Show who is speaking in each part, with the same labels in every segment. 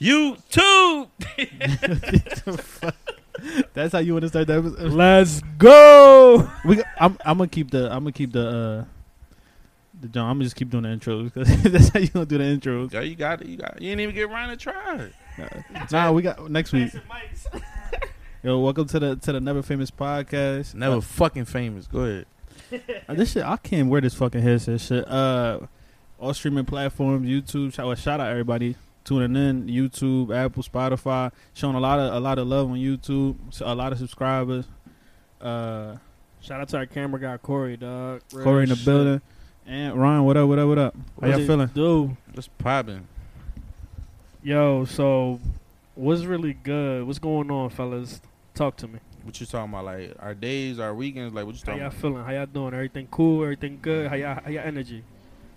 Speaker 1: YouTube.
Speaker 2: That's how you want to start that. episode?
Speaker 3: Let's go.
Speaker 2: We, go- I'm, I'm gonna keep the. I'm gonna keep the. uh the John, I'm gonna just keep doing the intros because that's how you gonna do the intros.
Speaker 1: Yo, you got it. You got. You didn't even get Ryan to try. it.
Speaker 2: Nah, we got next week. Yo, welcome to the to the Never Famous podcast.
Speaker 1: Never fucking famous. Go ahead.
Speaker 2: Uh, this shit, I can't wear this fucking headset shit. Uh, all streaming platforms, YouTube. Shout, well, shout out everybody tuning in. YouTube, Apple, Spotify, showing a lot of a lot of love on YouTube. So a lot of subscribers. Uh,
Speaker 3: Shout out to our camera guy Corey, dog. Real
Speaker 2: Corey in the
Speaker 3: shit.
Speaker 2: building, and Ryan. What up? What up? What up? How
Speaker 3: What
Speaker 2: y'all
Speaker 3: it
Speaker 2: feeling?
Speaker 3: Do
Speaker 1: What's popping?
Speaker 3: yo. So what's really good? What's going on, fellas? Talk to me.
Speaker 1: What you talking about? Like our days, our weekends. Like what you
Speaker 3: How
Speaker 1: talking
Speaker 3: y'all
Speaker 1: about?
Speaker 3: feeling? How y'all doing? Everything cool? Everything good? How y'all, how y'all energy?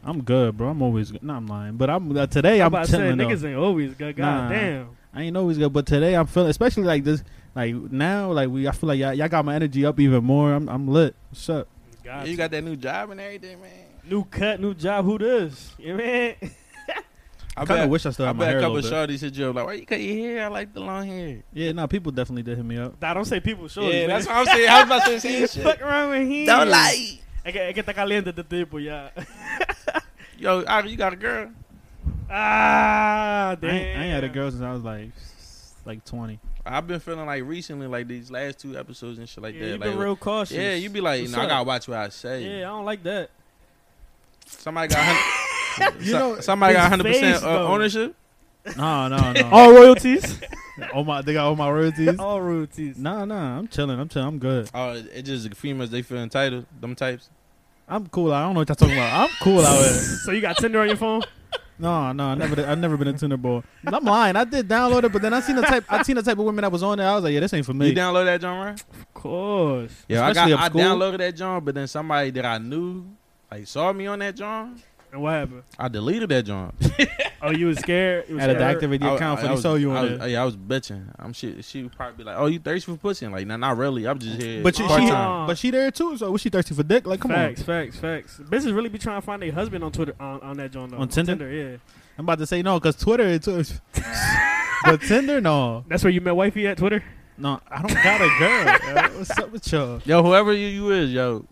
Speaker 2: I'm good, bro. I'm always good. No, I'm lying, but I'm uh, today. I'm,
Speaker 3: I'm about to say
Speaker 2: chilling. though.
Speaker 3: niggas ain't always good.
Speaker 2: Nah.
Speaker 3: God damn.
Speaker 2: I ain't always good, but today I'm feeling, especially like this, like now, like we. I feel like y'all, y'all got my energy up even more. I'm, I'm lit. What's up?
Speaker 1: Yeah,
Speaker 3: God,
Speaker 1: you got that new job and everything, man.
Speaker 3: new cut, new job. Who this? You mean?
Speaker 1: I,
Speaker 2: I kind
Speaker 1: bet.
Speaker 2: of wish I still
Speaker 1: I
Speaker 2: had my
Speaker 1: bet
Speaker 2: hair
Speaker 1: a
Speaker 2: a
Speaker 1: couple
Speaker 2: little bit.
Speaker 1: shorties hit you up. Like why you cut your hair? I like the long hair.
Speaker 2: Yeah, no, people definitely did hit me up.
Speaker 3: Nah, don't say people short.
Speaker 1: yeah, that's what I'm saying. I was about to say shit.
Speaker 3: Fuck around with him.
Speaker 1: Don't lie.
Speaker 3: Es que, es que está caliente este tipo ya.
Speaker 1: Yo, Ivy, you got a girl?
Speaker 3: ah,
Speaker 2: I
Speaker 3: damn.
Speaker 2: ain't, I ain't had a girl since I was like, like 20.
Speaker 1: I've been feeling like recently, like these last two episodes and shit like
Speaker 3: yeah,
Speaker 1: that.
Speaker 3: you
Speaker 1: like,
Speaker 3: been real cautious.
Speaker 1: yeah, you be like,
Speaker 3: What's
Speaker 1: nah, I
Speaker 3: up?
Speaker 1: gotta watch what I say.
Speaker 3: Yeah, I don't like that.
Speaker 1: Somebody got, hun-
Speaker 2: You
Speaker 1: so-
Speaker 2: know-
Speaker 1: somebody got
Speaker 3: his
Speaker 1: 100 percent
Speaker 3: face,
Speaker 1: uh,
Speaker 3: though.
Speaker 1: ownership.
Speaker 2: No, no, no.
Speaker 3: All royalties.
Speaker 2: all my, they got all my royalties.
Speaker 3: All royalties.
Speaker 2: No, no, I'm chilling. I'm chilling. I'm good.
Speaker 1: Oh, it it's just the females they feel entitled. Them types.
Speaker 2: I'm cool. I don't know what y'all talking about. I'm cool out here.
Speaker 3: so you got Tinder on your phone?
Speaker 2: No, no, I never, did- I've never been a tuner boy. I'm lying. I did download it, but then I seen the type, I seen the type of women that was on there. I was like, yeah, this ain't for me.
Speaker 1: You download that John Ryan?
Speaker 3: Of course.
Speaker 1: Yeah, I got.
Speaker 2: Especially up
Speaker 1: I
Speaker 2: school.
Speaker 1: downloaded that John, but then somebody that I knew like saw me on that John.
Speaker 3: And what happened?
Speaker 1: I deleted that John.
Speaker 3: Oh, you was scared? You was
Speaker 2: Had to
Speaker 3: scared?
Speaker 2: activate
Speaker 1: I
Speaker 2: your
Speaker 1: was-
Speaker 2: account
Speaker 1: I
Speaker 2: for they
Speaker 1: was-
Speaker 2: saw you
Speaker 1: I
Speaker 2: on
Speaker 1: was,
Speaker 2: there.
Speaker 1: Yeah, I was bitching. I'm shit. She would probably be like, "Oh, you thirsty for pussy?" Like, nah, not really. I'm just here.
Speaker 2: But you-
Speaker 1: part
Speaker 2: she-
Speaker 1: time.
Speaker 2: But she there too, so was she thirsty for dick? Like, come
Speaker 3: facts, facts, facts. Bitches really be trying to find their husband on Twitter, on, on that joint though.
Speaker 2: On Tinder?
Speaker 3: yeah.
Speaker 2: on. I'm about to say no, cause Twitter, it's, it's- but Tinder, no,
Speaker 3: That's where you met wifey at Twitter?
Speaker 2: no, I don't got a girl. yo. What's up with y'all?
Speaker 1: Yo, whoever you, you is, yo,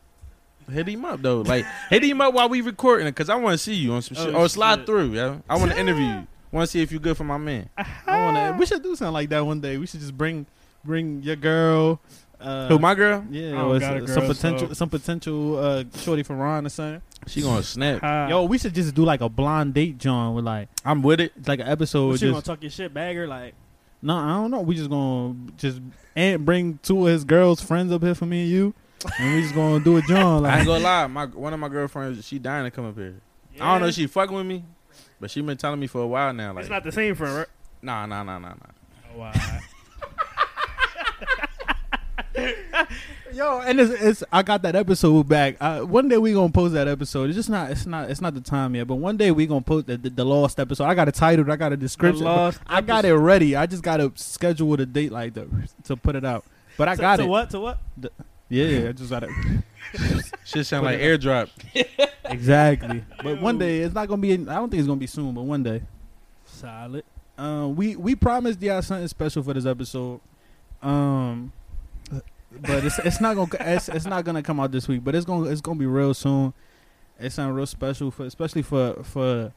Speaker 1: hit him up though. Like, hit him up while we recording it, cause I want to see you on some
Speaker 3: Oh,
Speaker 1: shit. Or slide
Speaker 3: shit.
Speaker 1: through, yo. I want to interview you. Want to see if you good for my man.
Speaker 2: I
Speaker 3: Ah.
Speaker 2: wanna. We should do something like that one day. We should just bring bring your girl. Uh,
Speaker 1: Who my girl?
Speaker 2: yeah,
Speaker 3: I don't
Speaker 2: or
Speaker 3: got a
Speaker 2: some
Speaker 3: girl,
Speaker 2: potential
Speaker 3: so-
Speaker 2: some potential uh, shorty for Ron or something.
Speaker 1: She gonna snap.
Speaker 3: Ah.
Speaker 2: Yo, we should just do like a blonde date, John, with like
Speaker 1: I'm with it.
Speaker 2: it's like an episode.
Speaker 3: What
Speaker 2: with
Speaker 3: you gonna
Speaker 2: Just
Speaker 3: talk your shit, bagger? Like,
Speaker 2: no, I don't know. We just gonna just and bring two of his girls friends up here for me and you, and we just gonna do it, John.
Speaker 1: I
Speaker 2: Like
Speaker 1: ain't gonna lie. My one of my girlfriends, she dying to come up here. I don't know
Speaker 3: yeah,
Speaker 1: if she fucking with me, but she been telling me for a while now. Like,
Speaker 3: it's not the same for her. Right?
Speaker 1: nah, nah, nah, nah, nah.
Speaker 3: Oh, wow.
Speaker 2: yo, and it's, it's I got that episode back. Uh, one day we gonna post that episode. It's just not it's not it's not the time yet, but one day we gonna post the, the, the lost episode. I got a title, I got a description.
Speaker 3: lost
Speaker 2: I got it ready. I just gotta schedule the date like the to put it out. But I
Speaker 3: to,
Speaker 2: got
Speaker 3: to
Speaker 2: it.
Speaker 3: what? To what?
Speaker 2: Yeah, yeah, I just got it.
Speaker 1: Shit sound like airdrop.
Speaker 2: exactly. But one day it's not gonna be. I don't think it's gonna be soon, but one day.
Speaker 3: Solid.
Speaker 2: Um, we we promised y'all something special for this episode. Um, but it's it's not gonna it's, it's not gonna come out this week. But it's gonna it's gonna be real soon. It's something real special for especially for for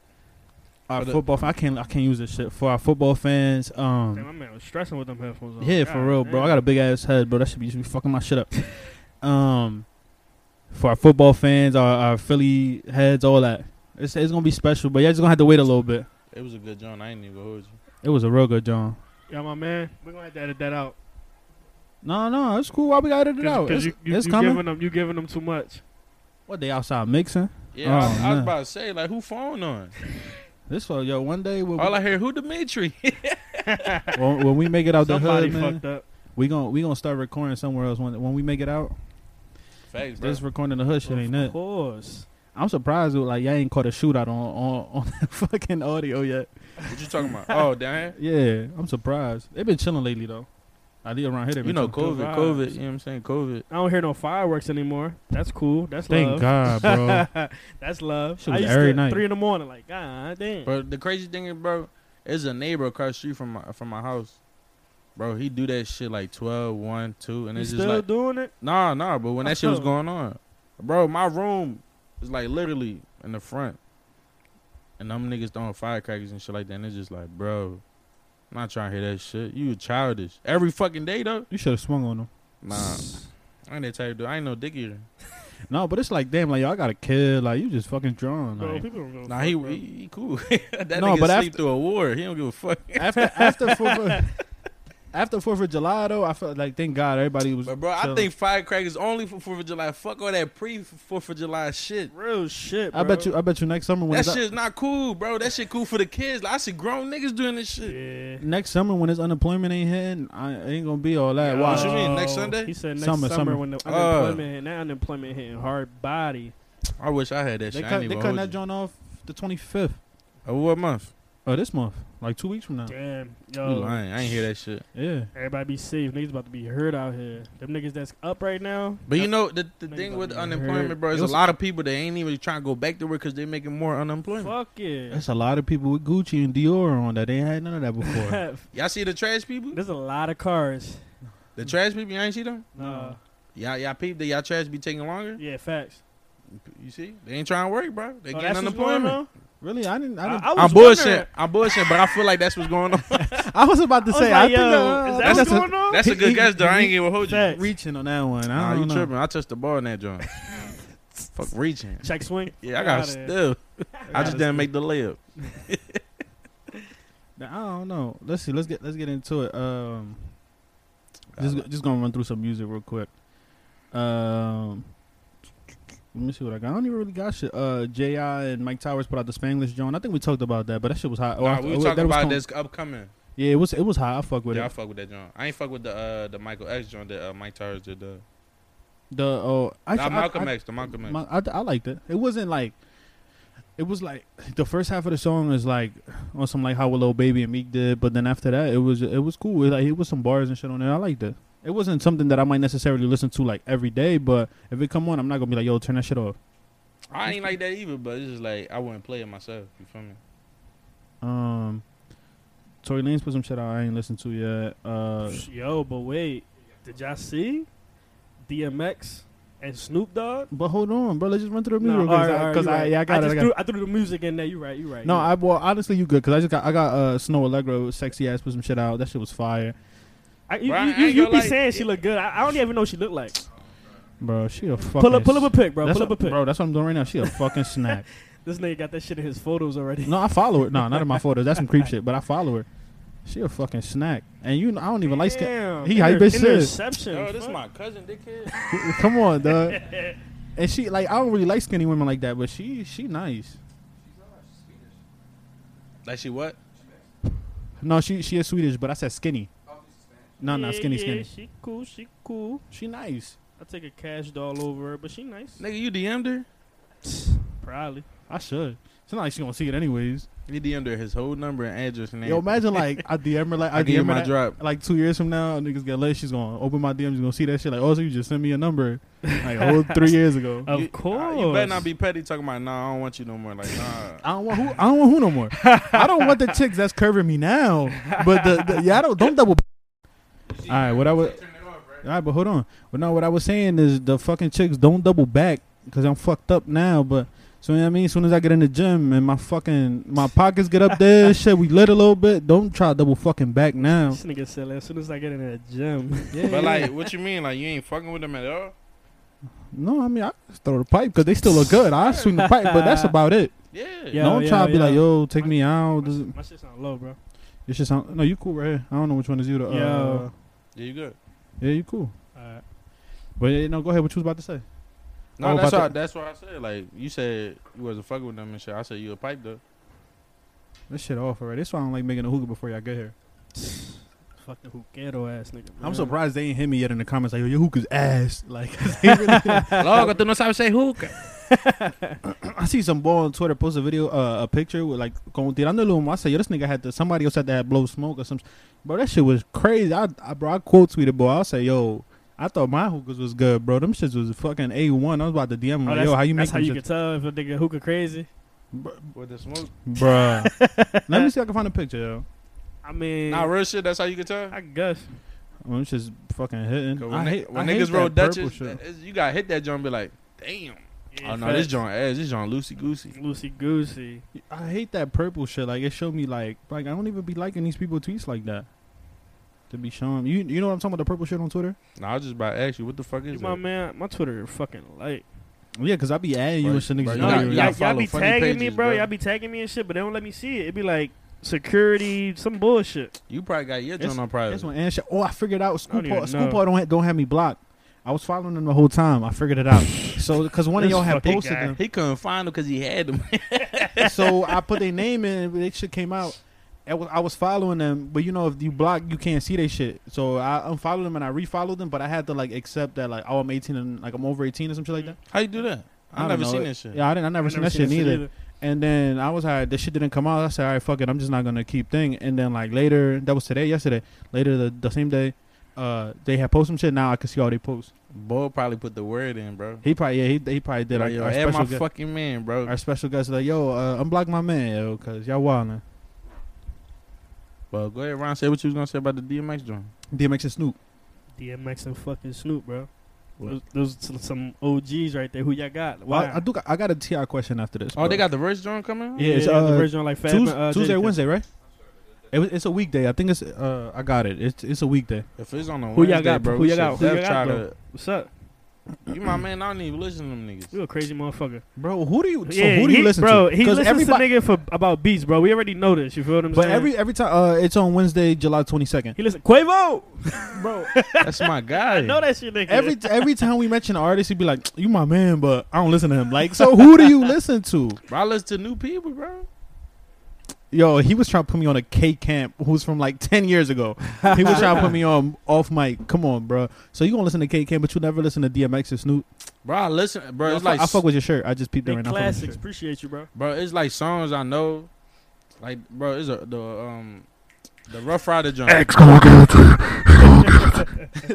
Speaker 2: our
Speaker 1: For the-
Speaker 2: football. Fan. I can't I can't use this shit for our football fans.
Speaker 3: Damn,
Speaker 2: Um,
Speaker 3: my man was stressing with them headphones on.
Speaker 2: Oh, yeah,
Speaker 3: God
Speaker 2: for real, bro. I
Speaker 3: damn.
Speaker 2: got a big ass head, bro. That should be should be fucking my shit up. Um, for our football fans, our, our Philly heads, all that. It's it's gonna be special, but y'all just gonna have to wait a little bit.
Speaker 1: It was a good joint. I ain't even gonna hold you.
Speaker 2: It was a real good John.
Speaker 3: Yeah, my man. We're gonna have to edit that out.
Speaker 2: No, no, it's cool. Why we gotta edit it out? It's,
Speaker 3: you, you,
Speaker 2: it's
Speaker 3: you
Speaker 2: coming.
Speaker 3: giving them, you giving them too much.
Speaker 2: what they outside mixing?
Speaker 1: Yeah, I, was-
Speaker 2: Oh,
Speaker 1: I was
Speaker 2: man.
Speaker 1: about to say like, who phone on?
Speaker 2: This one, yo. One day when,
Speaker 1: All I
Speaker 2: we,
Speaker 1: hear who Dimitri.
Speaker 2: when, when we make it out the
Speaker 3: Somebody
Speaker 2: hood, man,
Speaker 3: fucked up.
Speaker 2: we gon' we gonna start recording somewhere else. When when we make it out,
Speaker 1: Facts, bro.
Speaker 2: this recording the hood shit ain't
Speaker 3: of
Speaker 2: it.
Speaker 3: course.
Speaker 2: I'm surprised with, like y'all ain't caught a shootout on on, on the fucking audio yet.
Speaker 1: What you talking about? Oh, down
Speaker 2: Yeah, I'm surprised. They've been chilling lately though. I live around here. they
Speaker 1: here?
Speaker 2: been
Speaker 1: You know,
Speaker 2: chilling.
Speaker 1: COVID, COVID. You know what I'm saying? COVID.
Speaker 3: I don't hear no fireworks anymore. That's cool. That's
Speaker 2: Thank
Speaker 3: love.
Speaker 2: God, bro.
Speaker 3: That's love.
Speaker 2: Shit
Speaker 3: I
Speaker 2: was
Speaker 3: used
Speaker 2: every
Speaker 3: to
Speaker 2: night.
Speaker 3: three in the morning. Like, God damn.
Speaker 1: But the crazy thing is, bro, It's a neighbor across the street from my from my house. Bro, he do that shit like 12, 1, 2, and
Speaker 3: You
Speaker 1: it's just
Speaker 3: still
Speaker 1: like
Speaker 3: doing it?
Speaker 1: Nah, nah, but when that shit was going on, bro, my room is like literally in the front, and them niggas throwing firecrackers and shit like that. And it's just like, bro, I'm not trying to hear that shit. You childish every fucking day though.
Speaker 2: You should have swung on him.
Speaker 1: Nah, I ain't that type of dude. I ain't no dick eater.
Speaker 2: No, but it's like, damn, like, y'all got a kid. Like, you just fucking drawn.
Speaker 3: Bro,
Speaker 2: Like.
Speaker 3: people don't go.
Speaker 1: Nah, he he, he cool. that
Speaker 2: No, but
Speaker 1: nigga sleep
Speaker 2: after-
Speaker 1: through a war. He don't give a fuck.
Speaker 2: after after Fourth of, after Fourth of July though, I felt like thank God everybody was.
Speaker 1: But bro, I
Speaker 2: chilling.
Speaker 1: think firecrackers only for Fourth of July. Fuck all that pre Fourth of July shit.
Speaker 3: real shit.
Speaker 2: I bet you. I bet you next summer when
Speaker 1: That
Speaker 2: it's
Speaker 1: shit's not cool, bro. That shit cool for the kids. Like, I see grown niggas doing this shit.
Speaker 3: Yeah.
Speaker 2: next summer when his unemployment ain't hitting, I it ain't gonna be all that.
Speaker 3: Yo.
Speaker 1: What you
Speaker 2: Wow.
Speaker 1: mean, next Sunday?
Speaker 3: He said next
Speaker 2: Summer,
Speaker 3: summer,
Speaker 2: summer.
Speaker 3: when the
Speaker 1: Uh.
Speaker 3: unemployment hit, that unemployment hitting hard body.
Speaker 1: I wish I had that
Speaker 2: They cut
Speaker 1: shit. I ain't
Speaker 2: they
Speaker 1: even
Speaker 2: cutting
Speaker 1: hold
Speaker 2: that
Speaker 1: you.
Speaker 2: joint off the twenty fifth
Speaker 1: Oh, what month?
Speaker 2: Oh, this month, like two weeks from now.
Speaker 3: Damn,
Speaker 1: You
Speaker 3: yo,
Speaker 1: lying. I ain't hear that shit.
Speaker 2: Yeah,
Speaker 3: everybody be safe. Niggas about to be hurt out here. Them niggas that's up right now.
Speaker 1: But you know, the, the
Speaker 3: Niggas
Speaker 1: thing
Speaker 3: about
Speaker 1: with
Speaker 3: to be
Speaker 1: unemployment,
Speaker 3: hurt.
Speaker 1: bro, is
Speaker 2: It
Speaker 1: a
Speaker 2: was-
Speaker 1: lot of people that ain't even trying to go back to work because they're making more unemployment.
Speaker 3: Fuck yeah.
Speaker 2: that's a lot of people with Gucci and Dior on that. They ain't had none of that before.
Speaker 1: Y'all see the trash people?
Speaker 3: There's a lot of cars.
Speaker 1: The trash people, y'all ain't see them?
Speaker 3: Nah.
Speaker 1: Y'all, y'all peep that y'all trash be taking longer?
Speaker 3: Yeah, facts.
Speaker 1: You see? They ain't trying to work, bro. They
Speaker 3: Oh,
Speaker 1: getting
Speaker 3: that's what's going
Speaker 1: unemployment.
Speaker 3: on?
Speaker 2: really, I didn't. I,
Speaker 3: I,
Speaker 2: didn't,
Speaker 3: I was
Speaker 1: I'm
Speaker 3: wondering-
Speaker 1: bullshit. I'm bullshit, but I feel like that's what's going on.
Speaker 2: I, was about to
Speaker 3: I was
Speaker 2: say.
Speaker 3: like,
Speaker 2: I think uh, I
Speaker 3: yo, is that
Speaker 2: think
Speaker 3: what's
Speaker 2: that's
Speaker 3: going on?
Speaker 1: That's a good
Speaker 2: He-
Speaker 1: guess, though. I
Speaker 2: he-
Speaker 1: ain't gonna hold you.
Speaker 3: Fact.
Speaker 2: a, reaching on that one. I
Speaker 1: Nah,
Speaker 2: don't
Speaker 1: you
Speaker 2: know.
Speaker 1: tripping. I touched the ball in that joint. Fuck reaching.
Speaker 3: Check swing.
Speaker 1: Yeah, I
Speaker 3: Get
Speaker 1: got
Speaker 3: outta here.
Speaker 1: still. I
Speaker 3: outta
Speaker 1: just
Speaker 3: here.
Speaker 1: didn't make the layup.
Speaker 2: I don't know. Let's see. Let's get let's get into it. Um, just just gonna run through some music real quick. Um, let me see what I got. I don't even really got shit. Uh, Ji and Mike Towers put out the Spanglish joint. I think we talked about that, but that shit was hot. Oh,
Speaker 1: Nah,
Speaker 2: I-
Speaker 1: we
Speaker 2: oh,
Speaker 1: were talking
Speaker 2: that was
Speaker 1: about
Speaker 2: com-
Speaker 1: this upcoming.
Speaker 2: Yeah, it was it was hot. I fuck with
Speaker 1: yeah, I
Speaker 2: it.
Speaker 1: fuck with that joint. I ain't fuck with the uh, the Michael X joint that uh, Mike Towers did. Uh,
Speaker 2: The oh, actually,
Speaker 1: nah,
Speaker 2: I,
Speaker 1: Malcolm
Speaker 2: I,
Speaker 1: X, the Malcolm X.
Speaker 2: my- I, I liked it. It wasn't like. It was like the first half of the song is like on some like how Lil Baby and Meek did, but then after that it was it was cool. It, like it was some bars and shit on there. I liked it. It wasn't something that I might necessarily listen to like every day, but if it come on, I'm not gonna be like, yo, turn that shit off.
Speaker 1: I ain't like that either, but it's just like I wouldn't play it myself. You feel me?
Speaker 2: Um, Tory Lanez put some shit out I ain't listened to yet. Uh,
Speaker 3: Yo, but wait. Did y'all see DMX and Snoop Dogg?
Speaker 2: but hold on, bro. Let's just run through the music
Speaker 3: all right, all right,
Speaker 2: because
Speaker 3: you
Speaker 2: I,
Speaker 3: right.
Speaker 2: yeah, I got it.
Speaker 3: just
Speaker 2: I got
Speaker 3: threw,
Speaker 2: it.
Speaker 3: I threw the music in there. You right. You right.
Speaker 2: No,
Speaker 3: you
Speaker 2: I
Speaker 3: right.
Speaker 2: well, honestly, you good because I just got I got uh, Snow Allegro, sexy ass, put some shit out. That shit was fire,
Speaker 3: I, you,
Speaker 1: Bro, I
Speaker 3: you,
Speaker 1: ain't
Speaker 3: you, you
Speaker 1: gonna
Speaker 3: be
Speaker 1: lie.
Speaker 3: saying she look good. I, I don't even know what she look like.
Speaker 2: bro. She a fucking
Speaker 3: Pull up, pull up a pic, bro.
Speaker 2: that's
Speaker 3: Pull up a pic.
Speaker 2: bro. That's what I'm doing right now. She a fucking snack.
Speaker 3: This nigga got that shit in his photos already.
Speaker 2: No, I follow her. No, not in my photos. That's some creep shit. But I follow her. She a fucking snack. And you, know, I don't even like. Skin.
Speaker 3: Damn,
Speaker 2: He hype as shit.
Speaker 3: Interception.
Speaker 1: Yo, this
Speaker 3: fuck.
Speaker 1: my cousin, dickhead.
Speaker 2: Come on, duh. And she like I don't really like skinny women like that, but she she nice.
Speaker 1: like she what?
Speaker 2: No, she she is Swedish, but I said skinny. No, no,
Speaker 3: Yeah,
Speaker 2: skinny,
Speaker 3: yeah,
Speaker 2: skinny.
Speaker 3: She cool. She cool.
Speaker 2: She nice.
Speaker 3: I take a cash doll over her, but she nice.
Speaker 1: Nigga, you DM'd her?
Speaker 3: Probably.
Speaker 2: I should. It's not like she gonna see it anyways.
Speaker 1: You DM'd her his whole number and address and
Speaker 2: Yo,
Speaker 1: everything.
Speaker 2: imagine like I DM her like I,
Speaker 1: I
Speaker 2: DM
Speaker 1: gave
Speaker 2: her
Speaker 1: you my
Speaker 2: that-
Speaker 1: drop.
Speaker 2: like two years from now, niggas get lit. She's gonna open my DMs. You gonna see that shit like, oh, so you just sent me a number like oh, three years ago.
Speaker 3: Of
Speaker 1: You-
Speaker 3: course.
Speaker 2: ah,
Speaker 1: You better not be petty talking about, nah, I don't want you no more. Like, nah.
Speaker 2: I don't want who. I don't want who no more. I don't want the chicks that's curving me now. But the, the yeah, I don't don't double. All right, what I would. All right, but hold on. But no, what I was saying is the fucking chicks don't double back because I'm fucked up now. But so you know what I mean, as soon as I get in the gym and my fucking my pockets get up there, shit, we lit a little bit. Don't try to double fucking back now.
Speaker 3: This nigga said as soon as I get in that gym.
Speaker 2: Yeah,
Speaker 1: but like, what you mean? Like, you ain't fucking with them at all?
Speaker 2: no, I mean I just throw the pipe because they still look good. I swing the pipe, but that's about it.
Speaker 1: Yeah.
Speaker 3: Yeah.
Speaker 2: don't try to be
Speaker 3: yeah.
Speaker 2: like, yo, take me out.
Speaker 3: my,
Speaker 2: This,
Speaker 3: shit- my shit sound low, bro.
Speaker 2: this shit sound. No, you cool right here. I don't know which one is you. The, uh,
Speaker 3: Yo.
Speaker 1: Yeah, you good.
Speaker 2: Yeah, you cool.
Speaker 3: Alright.
Speaker 2: But yeah, no, go ahead. What you was about to say?
Speaker 1: No,
Speaker 2: Oh,
Speaker 1: that's
Speaker 2: about
Speaker 1: why. That's why I said. Like, you said you wasn't fucking with them and shit. I said you a pipe though.
Speaker 2: This shit off already. That's why I don't like making a hookah before y'all get here.
Speaker 3: Fuck the hookero ass nigga.
Speaker 2: I'm
Speaker 3: man.
Speaker 2: surprised they ain't hit me yet in the comments like, yo, your hookah's ass. Like, 'cause they really-
Speaker 1: Logo, tú no sabes say hookah.
Speaker 2: I see some boy on Twitter post a video, uh, a picture with like going tirando el humo. I said, yo, this nigga had to, somebody else had to have blow smoke or some. sh- Bro, that shit was crazy. I, I bro, I quote tweeted, boy. I said, yo, I thought my hookahs was good, bro. Them shits was fucking A1. I was about to DM him,
Speaker 3: Oh,
Speaker 2: like,
Speaker 3: that's,
Speaker 2: yo, how you make
Speaker 3: that's how
Speaker 2: them
Speaker 3: you
Speaker 2: shits?
Speaker 3: can tell if a nigga hookah crazy.
Speaker 1: with the smoke.
Speaker 2: Bruh. Let me see if I can find a picture, yo.
Speaker 3: I mean,
Speaker 1: Nah, real shit. That's how you can tell.
Speaker 3: I guess.
Speaker 2: Oh, I'm just fucking hitting.
Speaker 1: 'Cause
Speaker 2: I
Speaker 1: ni-
Speaker 2: hate,
Speaker 1: when
Speaker 2: I hate
Speaker 1: niggas roll
Speaker 2: that purple
Speaker 1: Dutchess,
Speaker 2: shit.
Speaker 1: that is- you gotta hit that joint and be like, damn.
Speaker 3: Yeah,
Speaker 1: Oh no, this
Speaker 3: facts.
Speaker 1: joint ass. This joint loosey goosey.
Speaker 3: Lucy Goosey.
Speaker 2: I hate that purple shit. Like it showed me like like I don't even be liking these people tweets like that. To be showing you you know what I'm talking about the purple shit on Twitter?
Speaker 1: Nah, I was just about to ask you, what the fuck
Speaker 3: You
Speaker 1: is
Speaker 3: my
Speaker 1: that?
Speaker 3: man, my Twitter fucking light.
Speaker 2: Yeah, cause I be adding you
Speaker 1: Right,
Speaker 2: and shit niggas.
Speaker 1: right.
Speaker 2: you
Speaker 1: No,
Speaker 2: know
Speaker 3: Y'all,
Speaker 1: you
Speaker 2: you-
Speaker 1: yeah. gotta
Speaker 3: y'all- y'all
Speaker 1: follow
Speaker 3: be
Speaker 1: funny
Speaker 3: tagging me,
Speaker 1: pages,
Speaker 3: bro.
Speaker 1: bro.
Speaker 3: Y'all be tagging me and shit, but they don't let me see it. It'd be like security, some bullshit.
Speaker 1: You probably got your
Speaker 2: It's-
Speaker 1: joint on private.
Speaker 2: That's when and shit. Oh, I figured out
Speaker 3: I don't
Speaker 2: Scoop Paul.
Speaker 3: even
Speaker 2: Scoop
Speaker 3: know.
Speaker 2: Paul don't ha- don't have me blocked. I was following them the whole time. I figured it out. so cause one of
Speaker 3: This
Speaker 2: y'all had
Speaker 3: fucking
Speaker 2: posted
Speaker 3: guy.
Speaker 2: them.
Speaker 1: He couldn't find them because he had them.
Speaker 2: so I put their name in and they shit came out. I was, I was following them, but you know if you block, you can't see they shit. So I unfollowed them and I refollowed them, but I had to like accept that like oh I'm 18 and like I'm over 18 or some shit like that.
Speaker 1: How you do that?
Speaker 2: I
Speaker 1: I
Speaker 2: don't
Speaker 1: never
Speaker 2: know.
Speaker 1: seen that shit.
Speaker 2: Yeah, I didn't. I never,
Speaker 3: I
Speaker 2: seen that shit neither. And then I was like, the shit didn't come out. I said, all right, fuck it. I'm just not gonna keep thing. And then like later, that was today, yesterday. Later the, the same day, uh, they had posted some shit. Now I can see all they posts.
Speaker 1: Boy probably put the word in, bro.
Speaker 2: He probably yeah, he, he probably did.
Speaker 1: Like,
Speaker 2: Our,
Speaker 1: yo,
Speaker 2: our
Speaker 1: add
Speaker 2: special
Speaker 1: my
Speaker 2: guest,
Speaker 1: fucking man, bro.
Speaker 2: our special guest like, yo, uh, unblock my man, yo, cause y'all wildin'.
Speaker 1: But go ahead, Ron. Say what you was gonna say about the DMX joint.
Speaker 2: DMX and Snoop.
Speaker 3: DMX and fucking Snoop, bro.
Speaker 2: What?
Speaker 3: Those, those some- some OGs right there. Who y'all got?
Speaker 2: Well,
Speaker 3: Why?
Speaker 2: I, I do. Got, I got a Ti question after this.
Speaker 1: Oh,
Speaker 2: bro.
Speaker 1: they got the verse joint coming.
Speaker 2: Yeah, it's,
Speaker 3: they got the
Speaker 2: uh,
Speaker 3: version like Fab,
Speaker 2: Tues-
Speaker 3: uh,
Speaker 2: Tuesday,
Speaker 3: Jadakiss.
Speaker 2: Wednesday, right? It was, it's a weekday. I think it's. Uh, I got it. It's it's a weekday.
Speaker 1: If it's on the
Speaker 3: Who y'all
Speaker 1: Wednesday,
Speaker 3: got,
Speaker 1: bro?
Speaker 3: who y'all
Speaker 1: shit,
Speaker 3: got, who y'all
Speaker 1: Def
Speaker 3: got,
Speaker 1: try
Speaker 3: bro? What's up?
Speaker 1: to- You my man. I don't even listen to them niggas.
Speaker 3: You a crazy motherfucker.
Speaker 2: Bro, who do you? So
Speaker 3: yeah,
Speaker 2: who do you
Speaker 3: he,
Speaker 2: listen
Speaker 3: bro,
Speaker 2: to?
Speaker 3: he
Speaker 2: 'Cause
Speaker 3: listens
Speaker 2: everybody-
Speaker 3: to nigga for about beats, bro. We already know this. You feel what I'm
Speaker 2: But
Speaker 3: saying?
Speaker 2: every every time uh, it's on Wednesday, July twenty second.
Speaker 3: he listen Quavo, bro.
Speaker 1: That's my guy.
Speaker 3: I know that's your nigga.
Speaker 2: Every every time we mention an artist, he'd be like, "You my man," but I don't listen to him. Like, so who do you listen to?
Speaker 1: Bro, I listen to new people, bro.
Speaker 2: Yo, he was trying to put me on a K camp, who's from like ten years ago. He was trying to put me on off mic. Come on, bro. So you gonna listen to K camp, but you never listen to DMX or Snoop.
Speaker 1: Bro, I listen. Bro,
Speaker 2: I,
Speaker 1: it's
Speaker 2: fuck-
Speaker 1: like
Speaker 2: I fuck with your shirt. I just peeped it
Speaker 3: Big
Speaker 2: right now. I fuck with your
Speaker 3: classics.
Speaker 2: shirt.
Speaker 3: Appreciate you, bro.
Speaker 1: bro. It's like songs I know. Like, bro, it's a, the um the Rough Rider joint.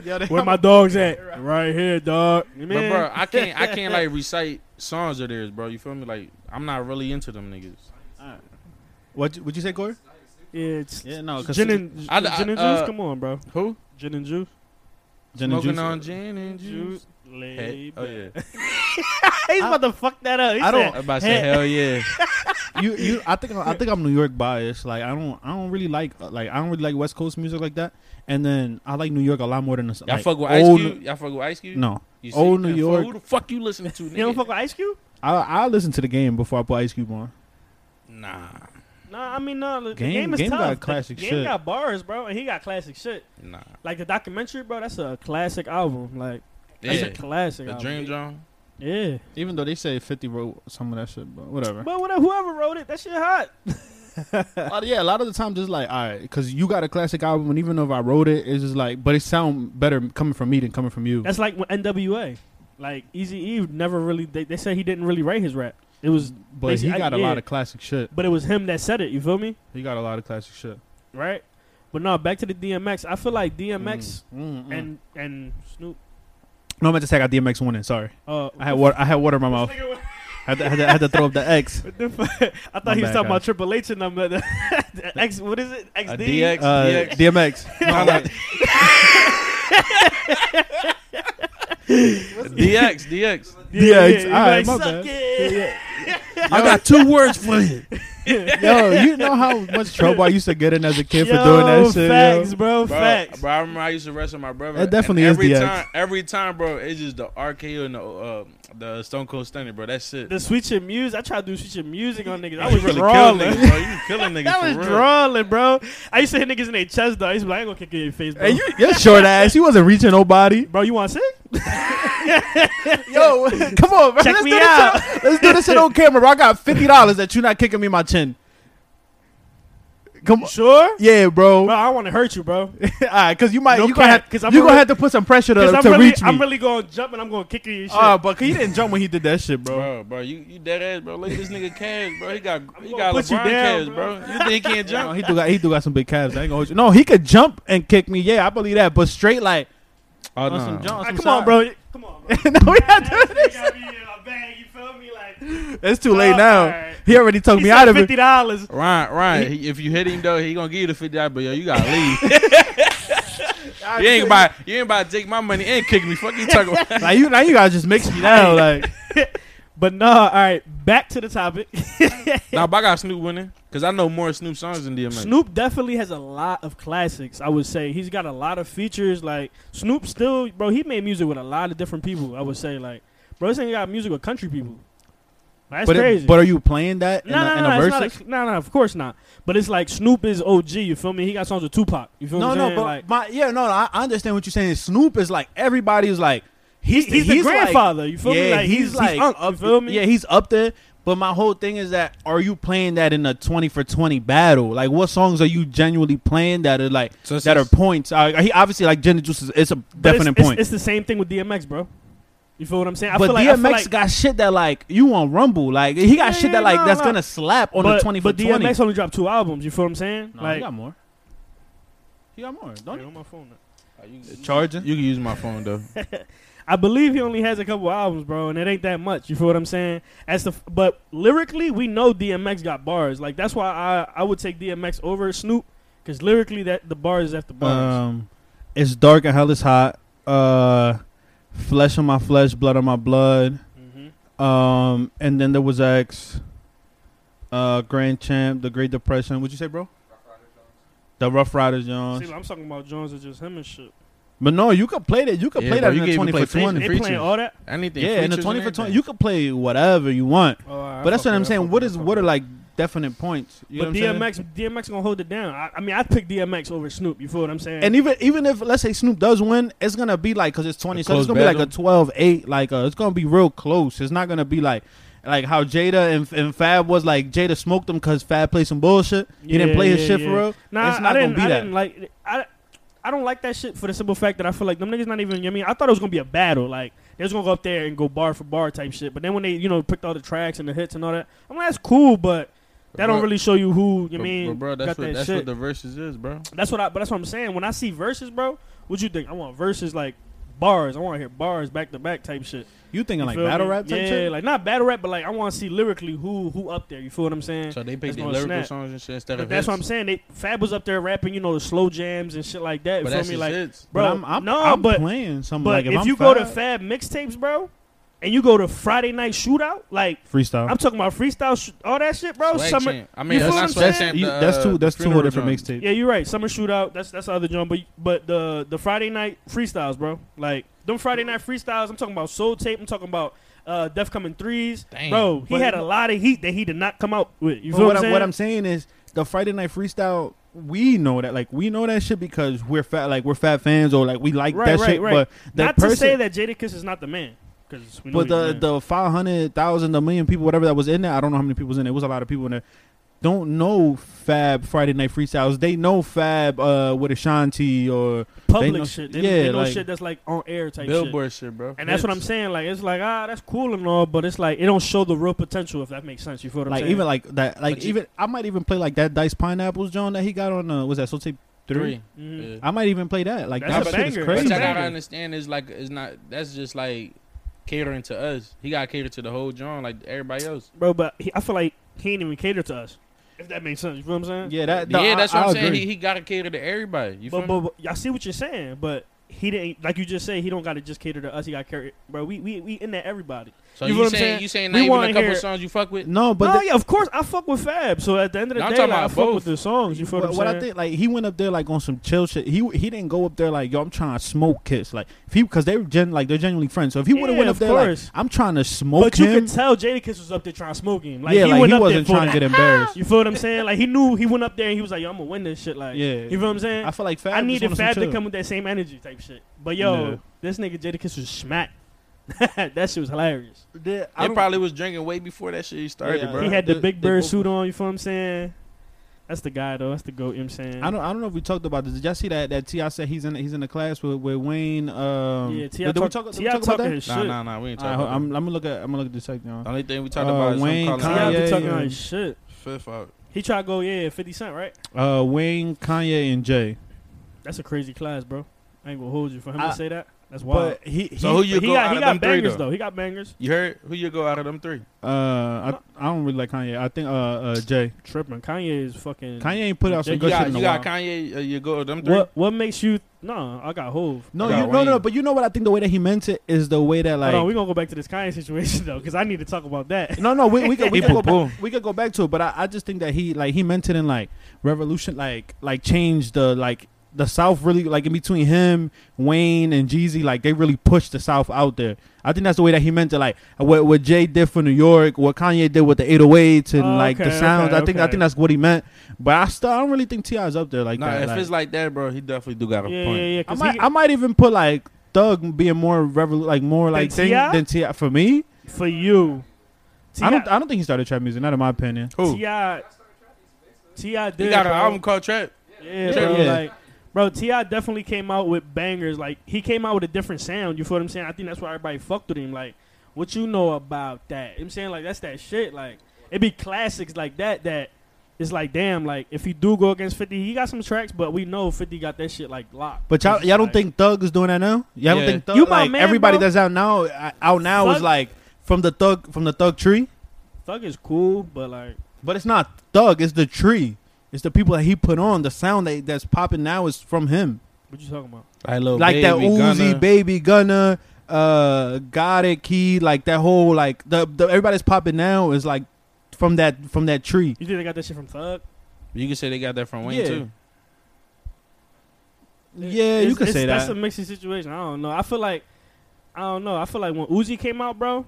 Speaker 2: Yo, they-
Speaker 3: Where my dogs at? Right here, dog. Man.
Speaker 1: But bro, I can't I can't like recite songs of theirs, bro. You feel me? Like I'm not really into them niggas.
Speaker 2: what would you say, Corey?
Speaker 3: yeah, it's
Speaker 2: Yeah, no, 'cause-
Speaker 3: gin and,
Speaker 1: I-
Speaker 3: gin and
Speaker 1: I- uh,
Speaker 3: juice. Come on, bro.
Speaker 1: Who?
Speaker 3: Gin and juice.
Speaker 2: Gin and
Speaker 1: Smoking
Speaker 2: juice.
Speaker 1: on gin and juice. Hey,
Speaker 3: Lay
Speaker 1: oh
Speaker 3: back.
Speaker 1: yeah.
Speaker 3: He's about to fuck that up. He
Speaker 2: I
Speaker 3: said,
Speaker 2: don't-
Speaker 1: I'm about to say hell yeah.
Speaker 2: you, you, I think I think I'm New York biased. Like I don't, I don't really like uh, like I don't really like West Coast music like that. And then I like New York a lot more than this.
Speaker 1: Y'all
Speaker 2: like,
Speaker 1: fuck with Ice
Speaker 2: old-
Speaker 1: Cube. Y'all fuck with Ice Cube.
Speaker 2: No,
Speaker 1: You
Speaker 2: old
Speaker 1: see?
Speaker 2: New
Speaker 1: Fuck,
Speaker 2: York.
Speaker 1: Who the fuck you listening to? Nigga?
Speaker 3: You don't fuck with Ice Cube?
Speaker 2: I I listen to the game before I put Ice Cube on.
Speaker 1: Nah,
Speaker 3: Nah, I mean, no. The
Speaker 2: Game-
Speaker 3: game, is
Speaker 2: Game
Speaker 3: tough.
Speaker 2: got
Speaker 3: The
Speaker 2: classic
Speaker 3: game
Speaker 2: shit.
Speaker 3: got bars, bro, and he got classic shit.
Speaker 1: nah.
Speaker 3: Like the documentary, bro. That's a classic album. Like that's
Speaker 1: Yeah.
Speaker 3: a classic.
Speaker 1: The
Speaker 3: album.
Speaker 1: Dream Joint.
Speaker 3: Yeah.
Speaker 2: Even though they say Fifty wrote some of that shit, but whatever.
Speaker 3: But whatever, whoever wrote it, that shit hot.
Speaker 2: Uh, yeah, a lot of the times it's like, all right, because you got a classic album, and even if I wrote it, it's just like, but it sound better coming from me than coming from you.
Speaker 3: That's like with NWA. Like Easy E never really. They, they said he didn't really write his rap. It was,
Speaker 2: but he
Speaker 3: basi- I-
Speaker 2: got a
Speaker 3: yeah.
Speaker 2: lot of classic shit.
Speaker 3: but it was him that said it. You feel me?
Speaker 2: He got a lot of classic shit.
Speaker 3: Right. But no, back to the DMX. I feel like DMX
Speaker 2: Mm-mm.
Speaker 3: and and Snoop.
Speaker 2: no, I meant to say I got DMX winning. Sorry,
Speaker 3: Uh,
Speaker 2: I had water. I had water in my
Speaker 3: this
Speaker 2: mouth.
Speaker 3: nigga was-
Speaker 2: I had to, I had to, I had to throw up the X.
Speaker 3: What the fuck? I thought
Speaker 2: My
Speaker 3: he was
Speaker 2: bad,
Speaker 3: talking about
Speaker 2: guys.
Speaker 3: Triple H and them. uh, the- X, what is it? XD?
Speaker 1: DX.
Speaker 2: Uh,
Speaker 1: DX.
Speaker 2: DMX.
Speaker 1: No, like- DX, DX.
Speaker 2: DX.
Speaker 3: he was
Speaker 2: Alright, my
Speaker 3: "Suck
Speaker 2: bad."
Speaker 3: it."
Speaker 1: I got two words for you.
Speaker 2: Yo, you know how much trouble I used to get in as a kid for
Speaker 3: Yo,
Speaker 2: doing that shit.
Speaker 3: Facts,
Speaker 2: yo?
Speaker 3: bro.
Speaker 1: Bro,
Speaker 3: Facts.
Speaker 1: bro, I remember I used to wrestle my brother.
Speaker 2: That
Speaker 1: and
Speaker 2: definitely is
Speaker 1: every
Speaker 2: DX.
Speaker 1: Time, every time, bro, it's just the RKO and the uh, the Stone Cold Stunner, bro. That's it.
Speaker 3: The switch in music. I tried to do switch in music on niggas. I
Speaker 1: You
Speaker 3: was
Speaker 1: really killing
Speaker 3: drawling.
Speaker 1: niggas, bro. You killing niggas
Speaker 3: I
Speaker 1: for
Speaker 3: was
Speaker 1: real.
Speaker 3: drawling, bro. I used to hit niggas in their chest, though. I used to be like, I ain't gonna kick you in your face, bro.
Speaker 2: Hey, you, your short ass. You wasn't reaching nobody.
Speaker 3: bro, you want to sit?
Speaker 2: Yo, come on, bro.
Speaker 3: Check
Speaker 2: Let's
Speaker 3: me
Speaker 2: do this
Speaker 3: out.
Speaker 2: shit on- Let's do this shit on camera, bro. I got fifty dollars that you not kicking me in my chin. Come on.
Speaker 3: Sure.
Speaker 2: Yeah, bro.
Speaker 3: Bro, I want to hurt you, bro.
Speaker 2: All right, because you might
Speaker 3: No
Speaker 2: you gonna
Speaker 3: cap,
Speaker 2: have
Speaker 3: 'cause
Speaker 2: you
Speaker 3: I'm
Speaker 2: gonna
Speaker 3: really-
Speaker 2: have to put some pressure to,
Speaker 3: Because I'm,
Speaker 2: to
Speaker 3: really,
Speaker 2: reach me.
Speaker 3: I'm really going to jump and I'm going to kick you in your shit.
Speaker 2: uh, but he didn't jump when he did that shit, bro.
Speaker 1: Bro, bro, you, you dead ass, bro. Look at this nigga cash, bro. He got he
Speaker 3: gonna
Speaker 1: got
Speaker 3: put
Speaker 1: LeBron
Speaker 3: you
Speaker 1: cash,
Speaker 3: down,
Speaker 1: bro.
Speaker 3: bro.
Speaker 1: You think he can't
Speaker 2: Yeah, no,
Speaker 1: jump?
Speaker 2: he do got he do got some big calves. I ain't gonna hold you. No, he could jump and kick me. Yeah, I believe that. But straight like
Speaker 1: Oh
Speaker 2: on some
Speaker 1: no,
Speaker 2: jump,
Speaker 3: Ah,
Speaker 2: some
Speaker 3: come on,
Speaker 2: side-
Speaker 3: bro. Come on, bro.
Speaker 2: no, we not doing
Speaker 3: this. Got me in my bag, you feel me? Like,
Speaker 2: It's too late
Speaker 3: oh,
Speaker 2: now.
Speaker 3: all right.
Speaker 2: He already took
Speaker 3: He
Speaker 2: me
Speaker 3: said
Speaker 2: out of it.
Speaker 3: fifty dollars.
Speaker 1: Ryan, Ryan, he, if you hit him though, he gonna give you the fifty dollars, but yo, you gotta leave. you ain't about you ain't about to take my money and kick me. Fuck you talking about.
Speaker 2: Like you, now you gotta just mix me down. Like
Speaker 3: But no, all right. Back to the topic.
Speaker 1: Nah, but I got Snoop winning because I know more Snoop songs than DMX.
Speaker 3: Snoop definitely has a lot of classics. I would say he's got a lot of features. Like Snoop still, bro, he made music with a lot of different people. I would say like, bro, this thing got music with country people. That's
Speaker 2: but, it-
Speaker 3: crazy.
Speaker 2: but are you playing that in
Speaker 3: no,
Speaker 2: a,
Speaker 3: no,
Speaker 2: in
Speaker 3: no,
Speaker 2: a
Speaker 3: it's not
Speaker 2: versus?
Speaker 3: a- no, no, of course not. But it's like Snoop is OG. You feel me? He got songs with Tupac. You feel
Speaker 2: No,
Speaker 3: what I'm
Speaker 2: no,
Speaker 3: saying?
Speaker 2: but
Speaker 3: like,
Speaker 2: my yeah, no, no, I I understand what you're saying. Snoop is like everybody's like
Speaker 3: he's, he's, the
Speaker 2: he's like-
Speaker 3: grandfather. you feel me?
Speaker 2: yeah,
Speaker 3: Like
Speaker 2: he's, like
Speaker 3: Unc,
Speaker 2: up,
Speaker 3: you feel me?
Speaker 2: yeah, he's up there. But my whole thing is that are you playing that in a twenty for twenty battle? Like, what songs are you genuinely playing that are like
Speaker 1: So it's
Speaker 2: that are
Speaker 1: just-
Speaker 2: points? Uh, he obviously like Jenna Juice is it's a
Speaker 3: But
Speaker 2: definite
Speaker 3: it's, it's-
Speaker 2: point.
Speaker 3: It's, the same thing with DMX, bro. You feel what I'm saying? I
Speaker 2: but
Speaker 3: feel like,
Speaker 2: DMX
Speaker 3: I feel like,
Speaker 2: got shit that like you on Rumble, like he got
Speaker 3: Yeah,
Speaker 2: shit
Speaker 3: yeah,
Speaker 2: that like
Speaker 3: no,
Speaker 2: that's
Speaker 3: no.
Speaker 2: gonna slap on
Speaker 3: but,
Speaker 2: the twenty for
Speaker 3: but
Speaker 2: twenty.
Speaker 3: DMX only dropped two albums. You feel what I'm saying?
Speaker 2: Nah,
Speaker 3: like,
Speaker 2: he got more. He got more. Don't
Speaker 3: Yeah, on my phone now.
Speaker 2: he? Charging.
Speaker 1: You can use my phone though.
Speaker 3: I believe he only has a couple albums, bro, and it ain't that much. You feel what I'm saying? As the but lyrically, we know DMX got bars. Like that's why I I would take DMX over Snoop because lyrically that the bars after bars.
Speaker 2: Um, it's dark and hell is hot. Uh, flesh on my flesh, blood on my blood.
Speaker 3: mm-hmm.
Speaker 2: Um, and then there was X, uh, Grand Champ, The Great Depression. What'd you say, bro? The Rough Riders Jones.
Speaker 3: See, I'm talking about Jones and just him and shit.
Speaker 2: But no, you could play that. You could
Speaker 1: Yeah,
Speaker 2: play
Speaker 1: bro,
Speaker 2: that
Speaker 1: you
Speaker 2: in
Speaker 1: can
Speaker 2: a twenty
Speaker 1: even play
Speaker 2: for
Speaker 1: Fleetwood
Speaker 2: twenty.
Speaker 3: They
Speaker 1: Features.
Speaker 3: playing all that.
Speaker 1: Anything.
Speaker 2: Yeah, in a
Speaker 1: features
Speaker 2: twenty
Speaker 1: and
Speaker 2: for twenty,
Speaker 1: everything.
Speaker 2: you could play whatever you want.
Speaker 3: Oh, all right,
Speaker 2: But that's
Speaker 3: fuck
Speaker 2: what I'm
Speaker 3: it, fuck
Speaker 2: saying. What
Speaker 3: it,
Speaker 2: is
Speaker 3: fuck
Speaker 2: what
Speaker 3: it.
Speaker 2: are like definite points? You know
Speaker 3: but
Speaker 2: what I'm saying?
Speaker 3: DMX, DMX gonna hold it down. I, I mean, I pick DMX over Snoop. You feel what I'm saying?
Speaker 2: And even even if let's say Snoop does win, it's gonna be like because it's twenty,
Speaker 1: A
Speaker 2: so it's
Speaker 1: close
Speaker 2: gonna be like a
Speaker 1: battle.
Speaker 2: 12-8. Like uh, it's gonna be real close. It's not gonna be like like how Jada and, and Fab was like Jada smoked him because Fab played some bullshit. He didn't
Speaker 3: Yeah,
Speaker 2: play his
Speaker 3: yeah,
Speaker 2: shit
Speaker 3: yeah.
Speaker 2: for real.
Speaker 3: Nah,
Speaker 2: it's not gonna
Speaker 3: I didn't,
Speaker 2: be
Speaker 3: I
Speaker 2: that.
Speaker 3: Didn't like I, I don't like that shit for the simple fact that I feel like them niggas not even. You know what I mean, I thought it was gonna be a battle. Like they was gonna go up there and go bar for bar type shit. But then when they you know picked all the tracks and the hits and all that, I'm like that's cool, but that
Speaker 1: Bro,
Speaker 3: don't really show you who you
Speaker 1: but-
Speaker 3: mean.
Speaker 1: but bro, that's
Speaker 3: got
Speaker 1: what
Speaker 3: that
Speaker 1: that's
Speaker 3: shit.
Speaker 1: what the verses is, bro.
Speaker 3: that's what I. But that's what I'm saying. When I see verses, bro, what you think? I want verses like bars. I want to hear bars back to back type shit.
Speaker 2: You thinking
Speaker 3: You
Speaker 2: like
Speaker 3: feel
Speaker 2: battle
Speaker 3: me?
Speaker 2: rap type
Speaker 3: yeah,
Speaker 2: shit?
Speaker 3: like not battle rap, but like I want to see lyrically who who up there. You feel what I'm saying?
Speaker 1: So they
Speaker 3: That's
Speaker 1: pick their
Speaker 3: gonna
Speaker 1: lyrical
Speaker 3: snap.
Speaker 1: songs and shit instead
Speaker 3: But
Speaker 1: of
Speaker 3: that's
Speaker 1: hits.
Speaker 3: what I'm saying. They Fab was up there rapping, you know, the slow jams and shit like that. You
Speaker 1: But
Speaker 3: feel
Speaker 1: that's
Speaker 3: me?
Speaker 1: just
Speaker 3: Like,
Speaker 1: hits.
Speaker 3: bro,
Speaker 2: but I'm, I'm,
Speaker 3: no,
Speaker 2: I'm
Speaker 3: but
Speaker 2: playing something.
Speaker 3: but
Speaker 2: like
Speaker 3: if,
Speaker 2: if, I'm
Speaker 3: you go to
Speaker 2: Fab,
Speaker 3: Fab mixtapes, bro, and you go to Friday Night Shootout, like
Speaker 2: freestyle,
Speaker 3: I'm talking about freestyle, sh- all that shit, bro.
Speaker 1: Swag
Speaker 3: summer,
Speaker 1: Champ. I mean,
Speaker 3: feel
Speaker 1: that's
Speaker 3: what
Speaker 1: not
Speaker 3: I'm
Speaker 1: Swag
Speaker 3: saying?
Speaker 1: Champ,
Speaker 2: You-
Speaker 1: the,
Speaker 2: that's
Speaker 1: uh,
Speaker 2: two that's two
Speaker 1: funeral
Speaker 2: whole different
Speaker 1: joint.
Speaker 2: mixtapes.
Speaker 3: yeah, you're right. Summer Shootout, that's that's the other jump. But but the the Friday Night freestyles, bro, like them Friday Night freestyles. I'm talking about Soul Tape. I'm talking about. Uh, Death Coming Threes,
Speaker 1: Damn.
Speaker 3: bro. He
Speaker 2: But-
Speaker 3: had a lot of heat that he did not come out with. You
Speaker 2: But
Speaker 3: feel
Speaker 2: what,
Speaker 3: what,
Speaker 2: I'm,
Speaker 3: I'm
Speaker 2: what I'm
Speaker 3: saying?
Speaker 2: saying is the Friday night freestyle. We know that, like, we know that shit because we're fat, like, we're fat fans, or like, we like
Speaker 3: Right,
Speaker 2: that
Speaker 3: right,
Speaker 2: shit.
Speaker 3: right.
Speaker 2: But that
Speaker 3: Not
Speaker 2: person,
Speaker 3: to say that Jadakiss is not the man, because we know
Speaker 2: But
Speaker 3: he's
Speaker 2: the
Speaker 3: man.
Speaker 2: the five hundred thousand, the million people, whatever that was in there, I don't know how many people was in there. It was a lot of people in there. Don't know Fab Friday Night Freestyles. They know Fab uh, with Ashanti or
Speaker 3: public
Speaker 2: They know-
Speaker 3: shit. They,
Speaker 2: yeah,
Speaker 3: they know
Speaker 2: like-
Speaker 3: shit that's like on air type shit.
Speaker 1: Billboard shit, bro.
Speaker 3: And that's what I'm saying. Like it's like ah, that's cool and all, but it's like it don't show the real potential. If that makes sense, you feel what I'm
Speaker 2: like
Speaker 3: saying?
Speaker 2: even like that. Like
Speaker 1: But you-
Speaker 2: even I might even play like that Dice Pineapples John that he got on. Uh, was that Soul Tape three?
Speaker 1: Three.
Speaker 3: Mhm.
Speaker 1: Yeah.
Speaker 2: I might even play that. Like
Speaker 3: That's
Speaker 2: that
Speaker 3: a
Speaker 2: shit is
Speaker 3: banger.
Speaker 1: But
Speaker 2: crazy.
Speaker 1: y'all
Speaker 3: That's a
Speaker 1: gotta
Speaker 3: banger.
Speaker 1: understand is like it's not that's just like catering to us. He gotta cater to the whole joint like everybody else.
Speaker 3: bro, but he, I feel like he ain't even cater to us. If that makes sense, you feel what I'm saying?
Speaker 2: Yeah, that.
Speaker 1: yeah, that's what
Speaker 2: I,
Speaker 1: I'm
Speaker 2: I
Speaker 1: saying.
Speaker 2: agree.
Speaker 1: He, he gotta cater to everybody. You feel
Speaker 3: But, but,
Speaker 1: me?
Speaker 3: but y'all see what you're saying, but he didn't. Like you just say, he don't got to just cater to us. He got to carry, bro. We we we in there everybody.
Speaker 1: So
Speaker 3: you
Speaker 1: you,
Speaker 3: feel what I'm
Speaker 1: saying,
Speaker 3: saying?
Speaker 1: you saying
Speaker 3: We
Speaker 1: not even
Speaker 3: wanna
Speaker 1: a couple
Speaker 3: hear-
Speaker 1: songs you fuck with?
Speaker 2: no, but
Speaker 3: no,
Speaker 2: the-
Speaker 3: yeah, of course I fuck with Fab. So at the end of the
Speaker 1: I'm
Speaker 3: day,
Speaker 1: talking
Speaker 3: like, I
Speaker 1: about
Speaker 3: fuck
Speaker 1: both.
Speaker 3: with the songs. You feel
Speaker 2: what,
Speaker 3: what,
Speaker 2: what
Speaker 3: I'm
Speaker 2: I
Speaker 3: saying?
Speaker 2: think, like he went up there like on some chill shit. He he didn't go up there like yo, I'm trying to smoke kiss. Like if he because they were gen like they're genuinely friends. So if he would have
Speaker 3: Yeah,
Speaker 2: went up
Speaker 3: of
Speaker 2: there like
Speaker 3: course.
Speaker 2: I'm trying to smoke
Speaker 3: but you
Speaker 2: him,
Speaker 3: could tell Jadakiss was up there trying to smoke him. Like
Speaker 2: yeah,
Speaker 3: he
Speaker 2: like
Speaker 3: went
Speaker 2: he
Speaker 3: up
Speaker 2: wasn't
Speaker 3: there for
Speaker 2: trying
Speaker 3: that.
Speaker 2: to get embarrassed.
Speaker 3: You feel what I'm saying? Like he knew he went up there and he was like, "Yo, I'm gonna win this shit." Like,
Speaker 2: Yeah.
Speaker 3: you feel what I'm saying?
Speaker 2: I feel like Fab
Speaker 3: I
Speaker 2: just
Speaker 3: needed
Speaker 2: wanted some
Speaker 3: Fab to
Speaker 2: chill.
Speaker 3: come with that same energy type shit. But yo,
Speaker 2: Yeah.
Speaker 3: this nigga Jadakiss was smack. that shit was hilarious.
Speaker 2: Yeah, I
Speaker 1: They
Speaker 2: don't-
Speaker 1: probably was drinking way before that shit started,
Speaker 2: Yeah,
Speaker 1: bro.
Speaker 3: he had the
Speaker 2: they-
Speaker 3: big
Speaker 2: they
Speaker 3: bird
Speaker 2: both was-
Speaker 3: suit on. You feel what I'm saying? That's the guy though. That's the goat. You know what I'm saying?
Speaker 2: I don't. I don't know if we talked about this. Did y'all see that? That Ti said he's in. He's in the class with, with Wayne. Um,
Speaker 3: yeah, T.I.
Speaker 2: did we
Speaker 3: talk,
Speaker 2: talk, did we
Speaker 3: T.I.
Speaker 2: talk about
Speaker 3: talking
Speaker 2: that?
Speaker 3: his
Speaker 1: nah,
Speaker 3: shit.
Speaker 1: nah, nah. We ain't
Speaker 2: All right,
Speaker 1: talking
Speaker 2: hold-
Speaker 1: about
Speaker 2: I'm, I'm gonna look at. I'm gonna look at this second. y'all.
Speaker 1: that. The only thing we talked
Speaker 2: Uh,
Speaker 1: about is
Speaker 2: Wayne,
Speaker 1: him
Speaker 3: T.I.
Speaker 1: calling
Speaker 3: be
Speaker 2: Kanye.
Speaker 3: talking
Speaker 2: and-
Speaker 3: his shit.
Speaker 1: fifth out.
Speaker 3: He tried to go yeah, 50 Cent, right?
Speaker 2: Uh, Wayne, Kanye, and Jay.
Speaker 3: That's a crazy class, bro. I ain't gonna hold you for him
Speaker 2: I-
Speaker 3: to say that. That's wild.
Speaker 4: But he, he
Speaker 1: So who
Speaker 3: But
Speaker 1: you
Speaker 3: he
Speaker 1: go
Speaker 3: got,
Speaker 1: out
Speaker 3: he
Speaker 1: of
Speaker 3: got
Speaker 1: them three
Speaker 3: bangers
Speaker 1: though?
Speaker 3: though. He got bangers.
Speaker 1: You heard who you go out of them three?
Speaker 2: Uh, I, I don't really like Kanye. I think uh, uh Jay
Speaker 3: Tripping. Kanye is fucking.
Speaker 2: Kanye ain't put out some
Speaker 1: You
Speaker 2: good shit
Speaker 1: got,
Speaker 2: in a
Speaker 1: you
Speaker 2: while.
Speaker 1: got Kanye. Uh, you go with them three.
Speaker 3: What what makes you? No, I got Hove.
Speaker 2: no,
Speaker 1: I
Speaker 2: you,
Speaker 1: got
Speaker 2: no, no, no,
Speaker 1: Wayne.
Speaker 2: but you know what? I think the way that he meant it is the way that like
Speaker 3: Hold on, we gonna go back to this Kanye situation though, because I need to talk about that.
Speaker 2: No, no, we we could, we
Speaker 1: He
Speaker 2: could go
Speaker 1: poo-poo.
Speaker 2: back, we could go back to it, but I, I just think that he like he meant it in like revolution, like like change the like the South really like in between him, Wayne, and Jeezy, like they really pushed the South out there. I think that's the way that he meant it, like what what Jay did for New York, what Kanye did with the 808s and
Speaker 3: Oh,
Speaker 2: like
Speaker 3: okay,
Speaker 2: the sounds.
Speaker 3: okay,
Speaker 2: I think I
Speaker 3: okay.
Speaker 2: think that's what he meant, but I still I don't really think Ti's up there like
Speaker 1: nah,
Speaker 2: that.
Speaker 1: if
Speaker 2: like-
Speaker 1: it's like that, bro, he definitely do got a
Speaker 3: yeah,
Speaker 1: point.
Speaker 3: yeah, yeah,
Speaker 2: I
Speaker 3: 'cause
Speaker 2: might
Speaker 3: he-
Speaker 2: I might even put like Thug being more revol- like more like thing
Speaker 3: T.I.?
Speaker 2: than Ti for me.
Speaker 3: for you.
Speaker 2: I don't I don't think he started trap music, not in my opinion.
Speaker 1: Who?
Speaker 3: Ti. Ti did.
Speaker 1: He got an
Speaker 3: bro.
Speaker 1: album called Trap.
Speaker 3: Yeah,
Speaker 2: Yeah.
Speaker 3: bro.
Speaker 2: Yeah.
Speaker 3: Like, bro, Ti definitely came out with bangers. Like, he came out with a different sound. You feel what I'm saying? I think that's why everybody fucked with him. Like, what you know about that? I'm saying like that's that shit. Like, it be classics like that. That it's like, damn. Like, if he do go against 50, he got some tracks, but we know 50 got that shit like locked.
Speaker 2: But y'all,
Speaker 3: It's
Speaker 2: y'all don't
Speaker 3: like-
Speaker 2: think Thug is doing that now? Y'all don't
Speaker 1: Yeah.
Speaker 2: think Thug?
Speaker 3: You my
Speaker 2: like,
Speaker 3: man,
Speaker 2: everybody
Speaker 3: bro.
Speaker 2: that's out now, uh, out now is
Speaker 3: Thug-
Speaker 2: like from the Thug from the Thug tree,
Speaker 3: Thug is cool, but like,
Speaker 2: but it's not Thug. It's the tree. It's the people that he put on. The sound that, that's popping now is from him.
Speaker 3: what you talking about?
Speaker 1: Like, little
Speaker 2: like that
Speaker 1: Oh, Baby,
Speaker 2: Uzi,
Speaker 1: Gunna.
Speaker 2: Baby Gunna, uh, Got It Key, like that whole like the, the everybody's popping now is like from that from that tree.
Speaker 3: You think they got that shit from Thug?
Speaker 1: You can say they got that from Wayne
Speaker 2: Yeah.
Speaker 1: too.
Speaker 2: Yeah, you
Speaker 3: It's-
Speaker 2: could
Speaker 3: it's-
Speaker 2: say
Speaker 3: That's
Speaker 2: that.
Speaker 3: a mixy situation. I don't know. I feel like I don't know. I feel like when Uzi came out, bro,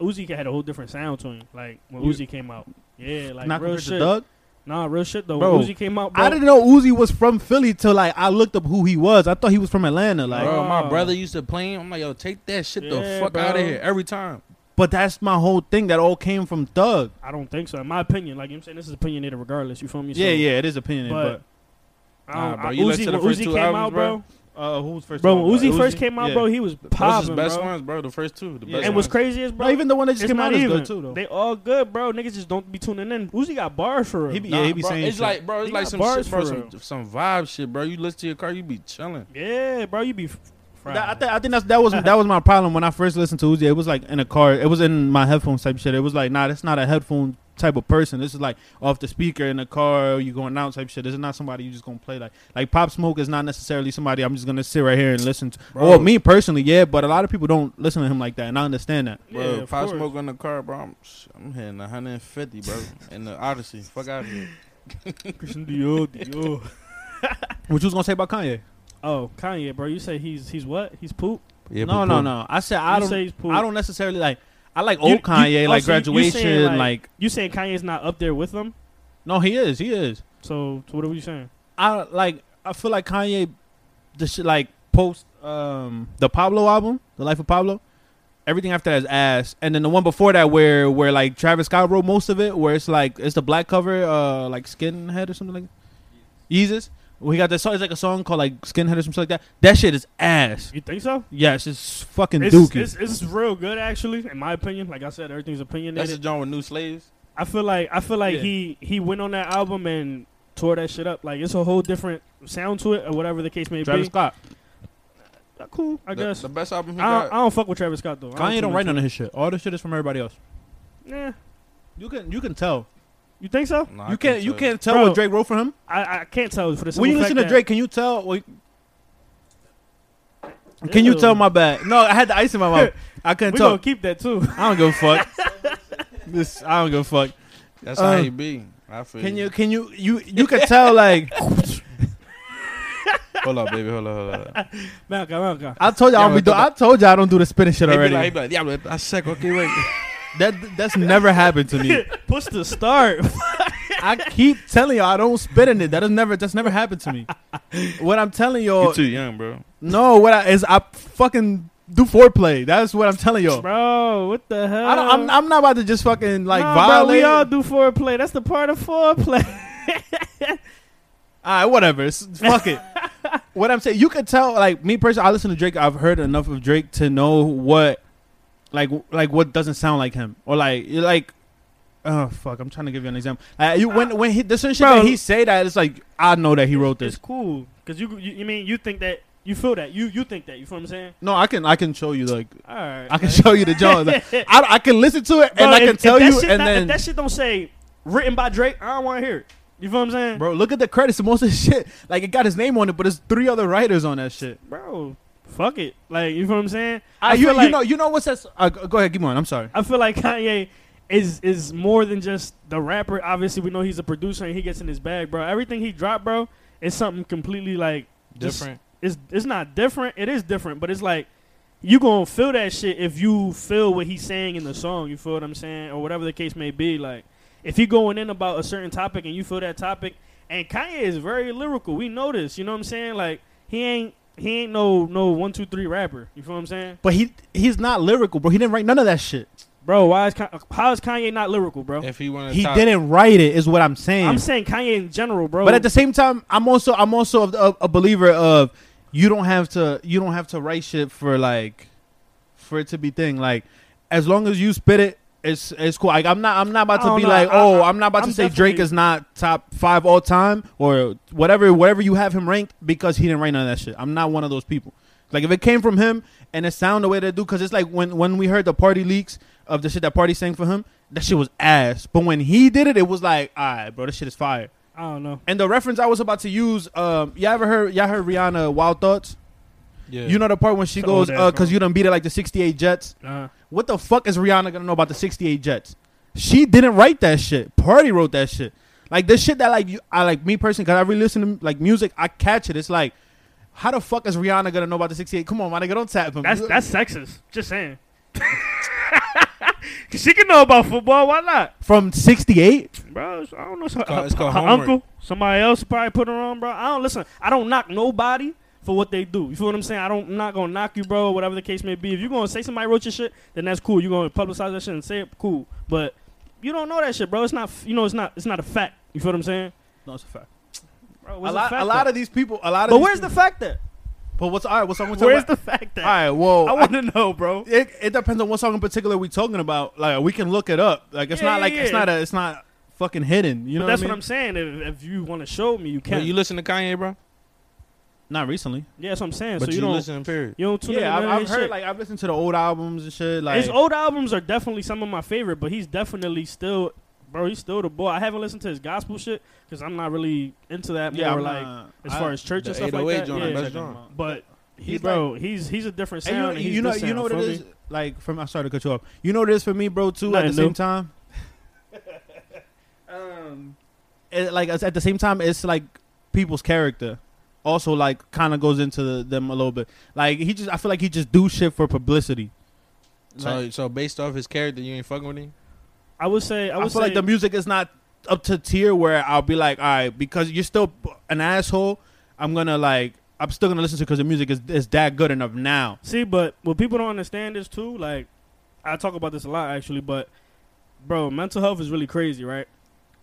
Speaker 3: Uzi had a whole different sound to him. Like when
Speaker 2: You-
Speaker 3: Uzi came out, yeah, like
Speaker 2: not
Speaker 3: real
Speaker 2: compared to
Speaker 3: shit.
Speaker 2: Thug.
Speaker 3: Nah, real shit though.
Speaker 2: Bro,
Speaker 3: when Uzi came out, bro.
Speaker 2: I didn't know Uzi was from Philly till like I looked up who he was. I thought he was from Atlanta. Like,
Speaker 1: bro,
Speaker 3: Oh.
Speaker 1: my brother used to play him. I'm like, yo, take that shit
Speaker 3: Yeah,
Speaker 1: the fuck
Speaker 3: bro.
Speaker 1: out of here every time.
Speaker 2: But that's my whole thing. That all came from Thug.
Speaker 3: I don't think so. In my opinion, like you know what I'm saying, this is opinionated regardless. You feel me? So,
Speaker 2: yeah, yeah, it is opinion.
Speaker 3: But,
Speaker 2: But,
Speaker 3: I don't,
Speaker 1: Nah, bro,
Speaker 3: I-
Speaker 1: you
Speaker 3: Uzi,
Speaker 1: listen to the
Speaker 3: when
Speaker 1: first
Speaker 3: Uzi
Speaker 1: two
Speaker 3: came
Speaker 1: albums,
Speaker 3: out,
Speaker 1: bro?
Speaker 3: bro.
Speaker 2: uh, who was first?
Speaker 3: Bro,
Speaker 2: one?
Speaker 3: when Uzi
Speaker 2: Uh,
Speaker 3: first came out,
Speaker 2: Yeah.
Speaker 3: bro, he was
Speaker 1: Those is
Speaker 3: popping,
Speaker 1: best
Speaker 3: bro.
Speaker 1: ones, bro. The first two, the
Speaker 2: Yeah.
Speaker 1: best.
Speaker 3: And what's
Speaker 1: ones.
Speaker 3: crazy is, bro,
Speaker 2: No, even the one that just
Speaker 3: it's
Speaker 2: came out
Speaker 3: not
Speaker 2: is
Speaker 3: even.
Speaker 2: good too, though.
Speaker 3: They all good, bro. Niggas just don't be tuning in. Uzi got bars for real.
Speaker 2: He be-
Speaker 1: Nah,
Speaker 2: yeah, he be
Speaker 1: bro,
Speaker 2: saying
Speaker 1: it's
Speaker 2: shit.
Speaker 1: like, bro,
Speaker 3: He
Speaker 1: it's like
Speaker 3: got
Speaker 1: some
Speaker 3: bars
Speaker 1: shit, bro,
Speaker 3: for
Speaker 1: some, some vibe shit, bro. You listen to your car, you be chilling.
Speaker 3: yeah, bro, you be. f- fried.
Speaker 2: That- I, thi- I think that's, that was that was my problem when I first listened to Uzi. It was like in a car. It was in my headphones type shit. It was like, nah, that's not a headphone type of person. This is like off the speaker in the car. Or you going out type shit. This is not somebody you just gonna play like like Pop Smoke is not necessarily somebody I'm just gonna sit right here and listen to.
Speaker 1: Bro.
Speaker 2: Or me personally, yeah. But a lot of people don't listen to him like that, and I understand that.
Speaker 1: Bro,
Speaker 3: Yeah, of
Speaker 1: if I
Speaker 3: course.
Speaker 1: smoke in the car, bro, I'm, I'm hitting 150, bro, in the Odyssey. Fuck out of here.
Speaker 3: Christian Dior, Dior.
Speaker 2: What you was gonna say about Kanye?
Speaker 3: Oh, Kanye, bro, you say he's he's what? He's poop.
Speaker 1: Yeah,
Speaker 2: no, no, no. I said I
Speaker 3: you
Speaker 2: don't.
Speaker 3: say he's poop.
Speaker 2: I don't necessarily like. I like
Speaker 3: You-
Speaker 2: old
Speaker 3: you-
Speaker 2: Kanye,
Speaker 3: oh,
Speaker 2: like
Speaker 3: so you- you saying,
Speaker 2: graduation,
Speaker 3: like-
Speaker 2: like,
Speaker 3: You saying Kanye's not up there with them?
Speaker 2: no, he is, he is.
Speaker 3: So, so what are we saying?
Speaker 2: I like. I feel like Kanye, the shit like post um the Pablo album, the Life of Pablo. Everything after that is ass, and then the one before that where where like Travis Scott wrote most of it, where it's like it's the black cover, uh, like Skinhead or something like. Yeezus, we got that song. It's like a song called like Skinhead or something like that. That shit is ass.
Speaker 3: You think so?
Speaker 2: Yes, it's fucking
Speaker 3: It's,
Speaker 2: dookie.
Speaker 3: it's, it's real good actually, in my opinion. Like I said, everything's
Speaker 1: That's the
Speaker 3: opinionated.
Speaker 1: joint with New Slaves.
Speaker 3: I feel like I feel like
Speaker 2: Yeah.
Speaker 3: he he went on that album and tore that shit up. Like it's a whole different sound to it, or whatever the case may
Speaker 2: Travis
Speaker 3: be.
Speaker 2: Scott.
Speaker 3: Uh, Cool, I
Speaker 1: The-
Speaker 3: guess.
Speaker 1: The best album he
Speaker 3: I, don't, I
Speaker 1: got.
Speaker 3: don't fuck with Travis Scott though. I
Speaker 2: Kanye don't
Speaker 3: tune
Speaker 2: write
Speaker 3: into
Speaker 2: none of his shit. All the shit is from everybody else.
Speaker 3: it. Nah,
Speaker 2: You can you can tell.
Speaker 3: you think so?
Speaker 1: Nah, I
Speaker 2: you
Speaker 1: couldn't
Speaker 2: can't you
Speaker 1: tell.
Speaker 2: can't tell
Speaker 3: Bro.
Speaker 2: what Drake wrote for him.
Speaker 3: I, I can't tell for the simple
Speaker 2: when you
Speaker 3: fact
Speaker 2: listen to
Speaker 3: that-
Speaker 2: Drake, can you tell? Well, can you
Speaker 3: Ew.
Speaker 2: tell my bad? No, I had the ice in my mouth. I couldn't
Speaker 3: We
Speaker 2: tell.
Speaker 3: gonna keep that too.
Speaker 2: I don't give a fuck. this I don't give a fuck.
Speaker 1: That's
Speaker 2: Uh,
Speaker 1: how he be. I feel.
Speaker 2: Can you can you you you can tell like
Speaker 1: Hold up, baby. Hold up, hold up.
Speaker 3: Malcolm, Malcolm.
Speaker 2: I told y'all I, don't be do, I told y'all I don't do the spinning shit
Speaker 1: He be
Speaker 2: already.
Speaker 1: like, he be like, yeah, but I suck. Okay, wait.
Speaker 2: that that's never happened to me.
Speaker 3: Push the start.
Speaker 2: I keep telling y'all I don't spin in it. That has never that's never happened to me. What I'm telling
Speaker 1: you
Speaker 2: y'all,
Speaker 1: too young, bro.
Speaker 2: no, what I, is I fucking do foreplay. That's what I'm telling y'all.
Speaker 3: Bro, what the hell?
Speaker 2: I don't, I'm, I'm not about to just fucking like
Speaker 3: Nah,
Speaker 2: violate.
Speaker 3: Bro, we all
Speaker 2: it.
Speaker 3: do foreplay. That's the part of foreplay.
Speaker 2: All right, whatever. It's, fuck it. what I'm saying, you could tell. Like me personally, I listen to Drake. I've heard enough of Drake to know what, like, like what doesn't sound like him, or like, you're like, oh fuck. I'm trying to give you an example. Uh, you when when he, the certain shit
Speaker 3: Bro.
Speaker 2: that he say that it's like I know that he wrote
Speaker 3: It's
Speaker 2: this.
Speaker 3: cool because you, you you mean you think that You feel that? You you think that? You feel what I'm saying?
Speaker 2: No, I can I can show you like
Speaker 3: All right.
Speaker 2: I can show you the Jones. Like, I, I can listen to it and I can tell you, and then
Speaker 3: that shit don't say written by Drake, I don't want to hear it. You feel what I'm saying,
Speaker 2: bro, look at the credits. Most of the shit like it got his name on it, but there's three other writers on that shit.
Speaker 3: Bro, Fuck it. Like you feel what I'm saying?
Speaker 2: I,
Speaker 3: I
Speaker 2: you,
Speaker 3: feel
Speaker 2: you
Speaker 3: like-
Speaker 2: know you know what's that? s- Uh, go go ahead, give me one. I'm sorry.
Speaker 3: I feel like Kanye is is more than just the rapper. Obviously, we know he's a producer and he gets in his bag, bro. Everything he dropped, bro, is something completely like just-
Speaker 5: Different.
Speaker 3: it's it's not different. It is different, but it's like you gonna feel that shit if you feel what he's saying in the song. You feel what I'm saying, or whatever the case may be. Like if he going in about a certain topic and you feel that topic, and Kanye is very lyrical. We know this. You know what I'm saying? Like he ain't he ain't no no one two three rapper. You feel what I'm saying,
Speaker 2: But he he's not lyrical, bro. He didn't write none of that shit.
Speaker 3: bro? Why is Ka- how is Kanye not lyrical, bro?
Speaker 1: If he wanted,
Speaker 2: He didn't write it, is what I'm saying.
Speaker 3: I'm saying Kanye in general, bro.
Speaker 2: but at the same time, I'm also I'm also a, a believer of you don't have to you don't have to write shit for like for it to be thing. Like as long as you spit it, it's it's cool. Like I'm not I'm not about
Speaker 3: I
Speaker 2: to
Speaker 3: don't
Speaker 2: be
Speaker 3: know.
Speaker 2: like
Speaker 3: I-
Speaker 2: oh
Speaker 3: I-
Speaker 2: I, am not about
Speaker 3: I'm
Speaker 2: to say Drake
Speaker 3: definitely-
Speaker 2: is not top five all time or whatever whatever you have him ranked because he didn't write none of that shit. I'm not one of those people. Like if it came from him and it sound the way they do, because it's like when when we heard the party leaks of the shit that party sang for him, that shit was ass. But when he did it, it was like, all right, bro, this shit is fire.
Speaker 3: I don't know.
Speaker 2: And the reference I was about to use, um, y'all ever heard y'all heard Rihanna Wild Thoughts?
Speaker 1: yeah.
Speaker 2: You know the part when she
Speaker 5: It's an
Speaker 2: goes,
Speaker 5: old-ass
Speaker 2: uh, cause
Speaker 5: song.
Speaker 2: you done beat it like the sixty eight Jets.
Speaker 5: Uh,
Speaker 2: What the fuck is Rihanna gonna know about the sixty eight Jets? She didn't write that shit. Party wrote that shit. Like this shit that like you, I like me personally, cause I really listen to like music. I catch it. It's like, how the fuck is Rihanna gonna know about the sixty eight? Come on, my nigga, don't tap him.
Speaker 5: that's that's sexist. Just saying. 'Cause she can know about football. Why not,
Speaker 2: from sixty eight.
Speaker 5: bro? I don't know. It's
Speaker 1: called-
Speaker 5: her,
Speaker 1: it's called
Speaker 5: her
Speaker 1: homework.
Speaker 5: uncle.
Speaker 3: Somebody else probably put her on, bro. I don't listen. I don't knock nobody for what they do. You feel what I'm saying? I don't. I'm not gonna knock you, bro. Whatever the case may be. If you gonna say somebody wrote your shit, then that's cool. You gonna publicize that shit and say it, cool. But you don't know that shit, bro. It's not. You know, it's not. It's not a fact. You feel what I'm saying?
Speaker 2: No, it's a fact.
Speaker 3: Bro,
Speaker 2: A lot, a lot of these people, a lot of.
Speaker 3: But
Speaker 2: these
Speaker 3: where's the fact that?
Speaker 2: people- But what's all right? What's wrong with
Speaker 5: Where's the fact that?
Speaker 2: All right, well,
Speaker 5: I want to know, bro.
Speaker 2: it, it depends on what song in particular we talking about. Like we can look it up. Like it's
Speaker 3: Yeah,
Speaker 2: not
Speaker 3: yeah,
Speaker 2: like it's
Speaker 3: yeah.
Speaker 2: not a, it's not fucking hidden. You know
Speaker 3: but that's
Speaker 2: what I
Speaker 3: what
Speaker 2: mean?
Speaker 3: I'm saying. If, if you want to show me, you can.
Speaker 1: But you listen to Kanye, bro.
Speaker 2: not recently.
Speaker 3: yeah, that's what I'm saying.
Speaker 1: But
Speaker 3: so
Speaker 1: you,
Speaker 3: you, don't.
Speaker 1: listen, period.
Speaker 3: You don't tune in.
Speaker 2: Yeah,
Speaker 3: to
Speaker 2: I've,
Speaker 3: none of
Speaker 2: I've
Speaker 3: his
Speaker 2: heard
Speaker 3: shit.
Speaker 2: like I've listened to the old albums and shit. Like
Speaker 3: his old albums are definitely some of my favorite, but he's definitely still, bro. He's still the boy. I haven't listened to his gospel shit because I'm not really into that.
Speaker 2: yeah,
Speaker 3: more
Speaker 2: I'm
Speaker 3: like
Speaker 2: not-
Speaker 3: as
Speaker 2: I- oh
Speaker 3: far as church
Speaker 1: the
Speaker 3: and stuff like
Speaker 1: 808
Speaker 3: that.
Speaker 1: joint,
Speaker 3: yeah.
Speaker 1: that's-
Speaker 3: But he,
Speaker 2: He's
Speaker 3: bro, he's he's a different
Speaker 2: And
Speaker 3: sound.
Speaker 2: you-
Speaker 3: and
Speaker 2: you,
Speaker 3: he's
Speaker 2: know,
Speaker 3: this
Speaker 2: you know
Speaker 3: sound,
Speaker 2: what it
Speaker 3: feel
Speaker 2: is.
Speaker 3: me?
Speaker 2: Like from I started to cut you off. You know what it is for me, bro. Too at
Speaker 3: Nothing
Speaker 2: the same
Speaker 3: new.
Speaker 2: time. um, it, like it's- at the same time, it's like people's character. Also, like kind of goes into the, them a little bit. Like he just, I feel like he just do shit for publicity.
Speaker 1: So, so based off his character, you ain't fucking with him.
Speaker 3: I would say, I
Speaker 2: I,
Speaker 3: would
Speaker 2: feel
Speaker 3: say,
Speaker 2: like the music is not up to tier where I'll be like, all right, because you're still an asshole. I'm gonna like, I'm still gonna listen to because the music is is that good enough now.
Speaker 3: See, but what people don't understand is too, like, I talk about this a lot actually, but bro, mental health is really crazy, right?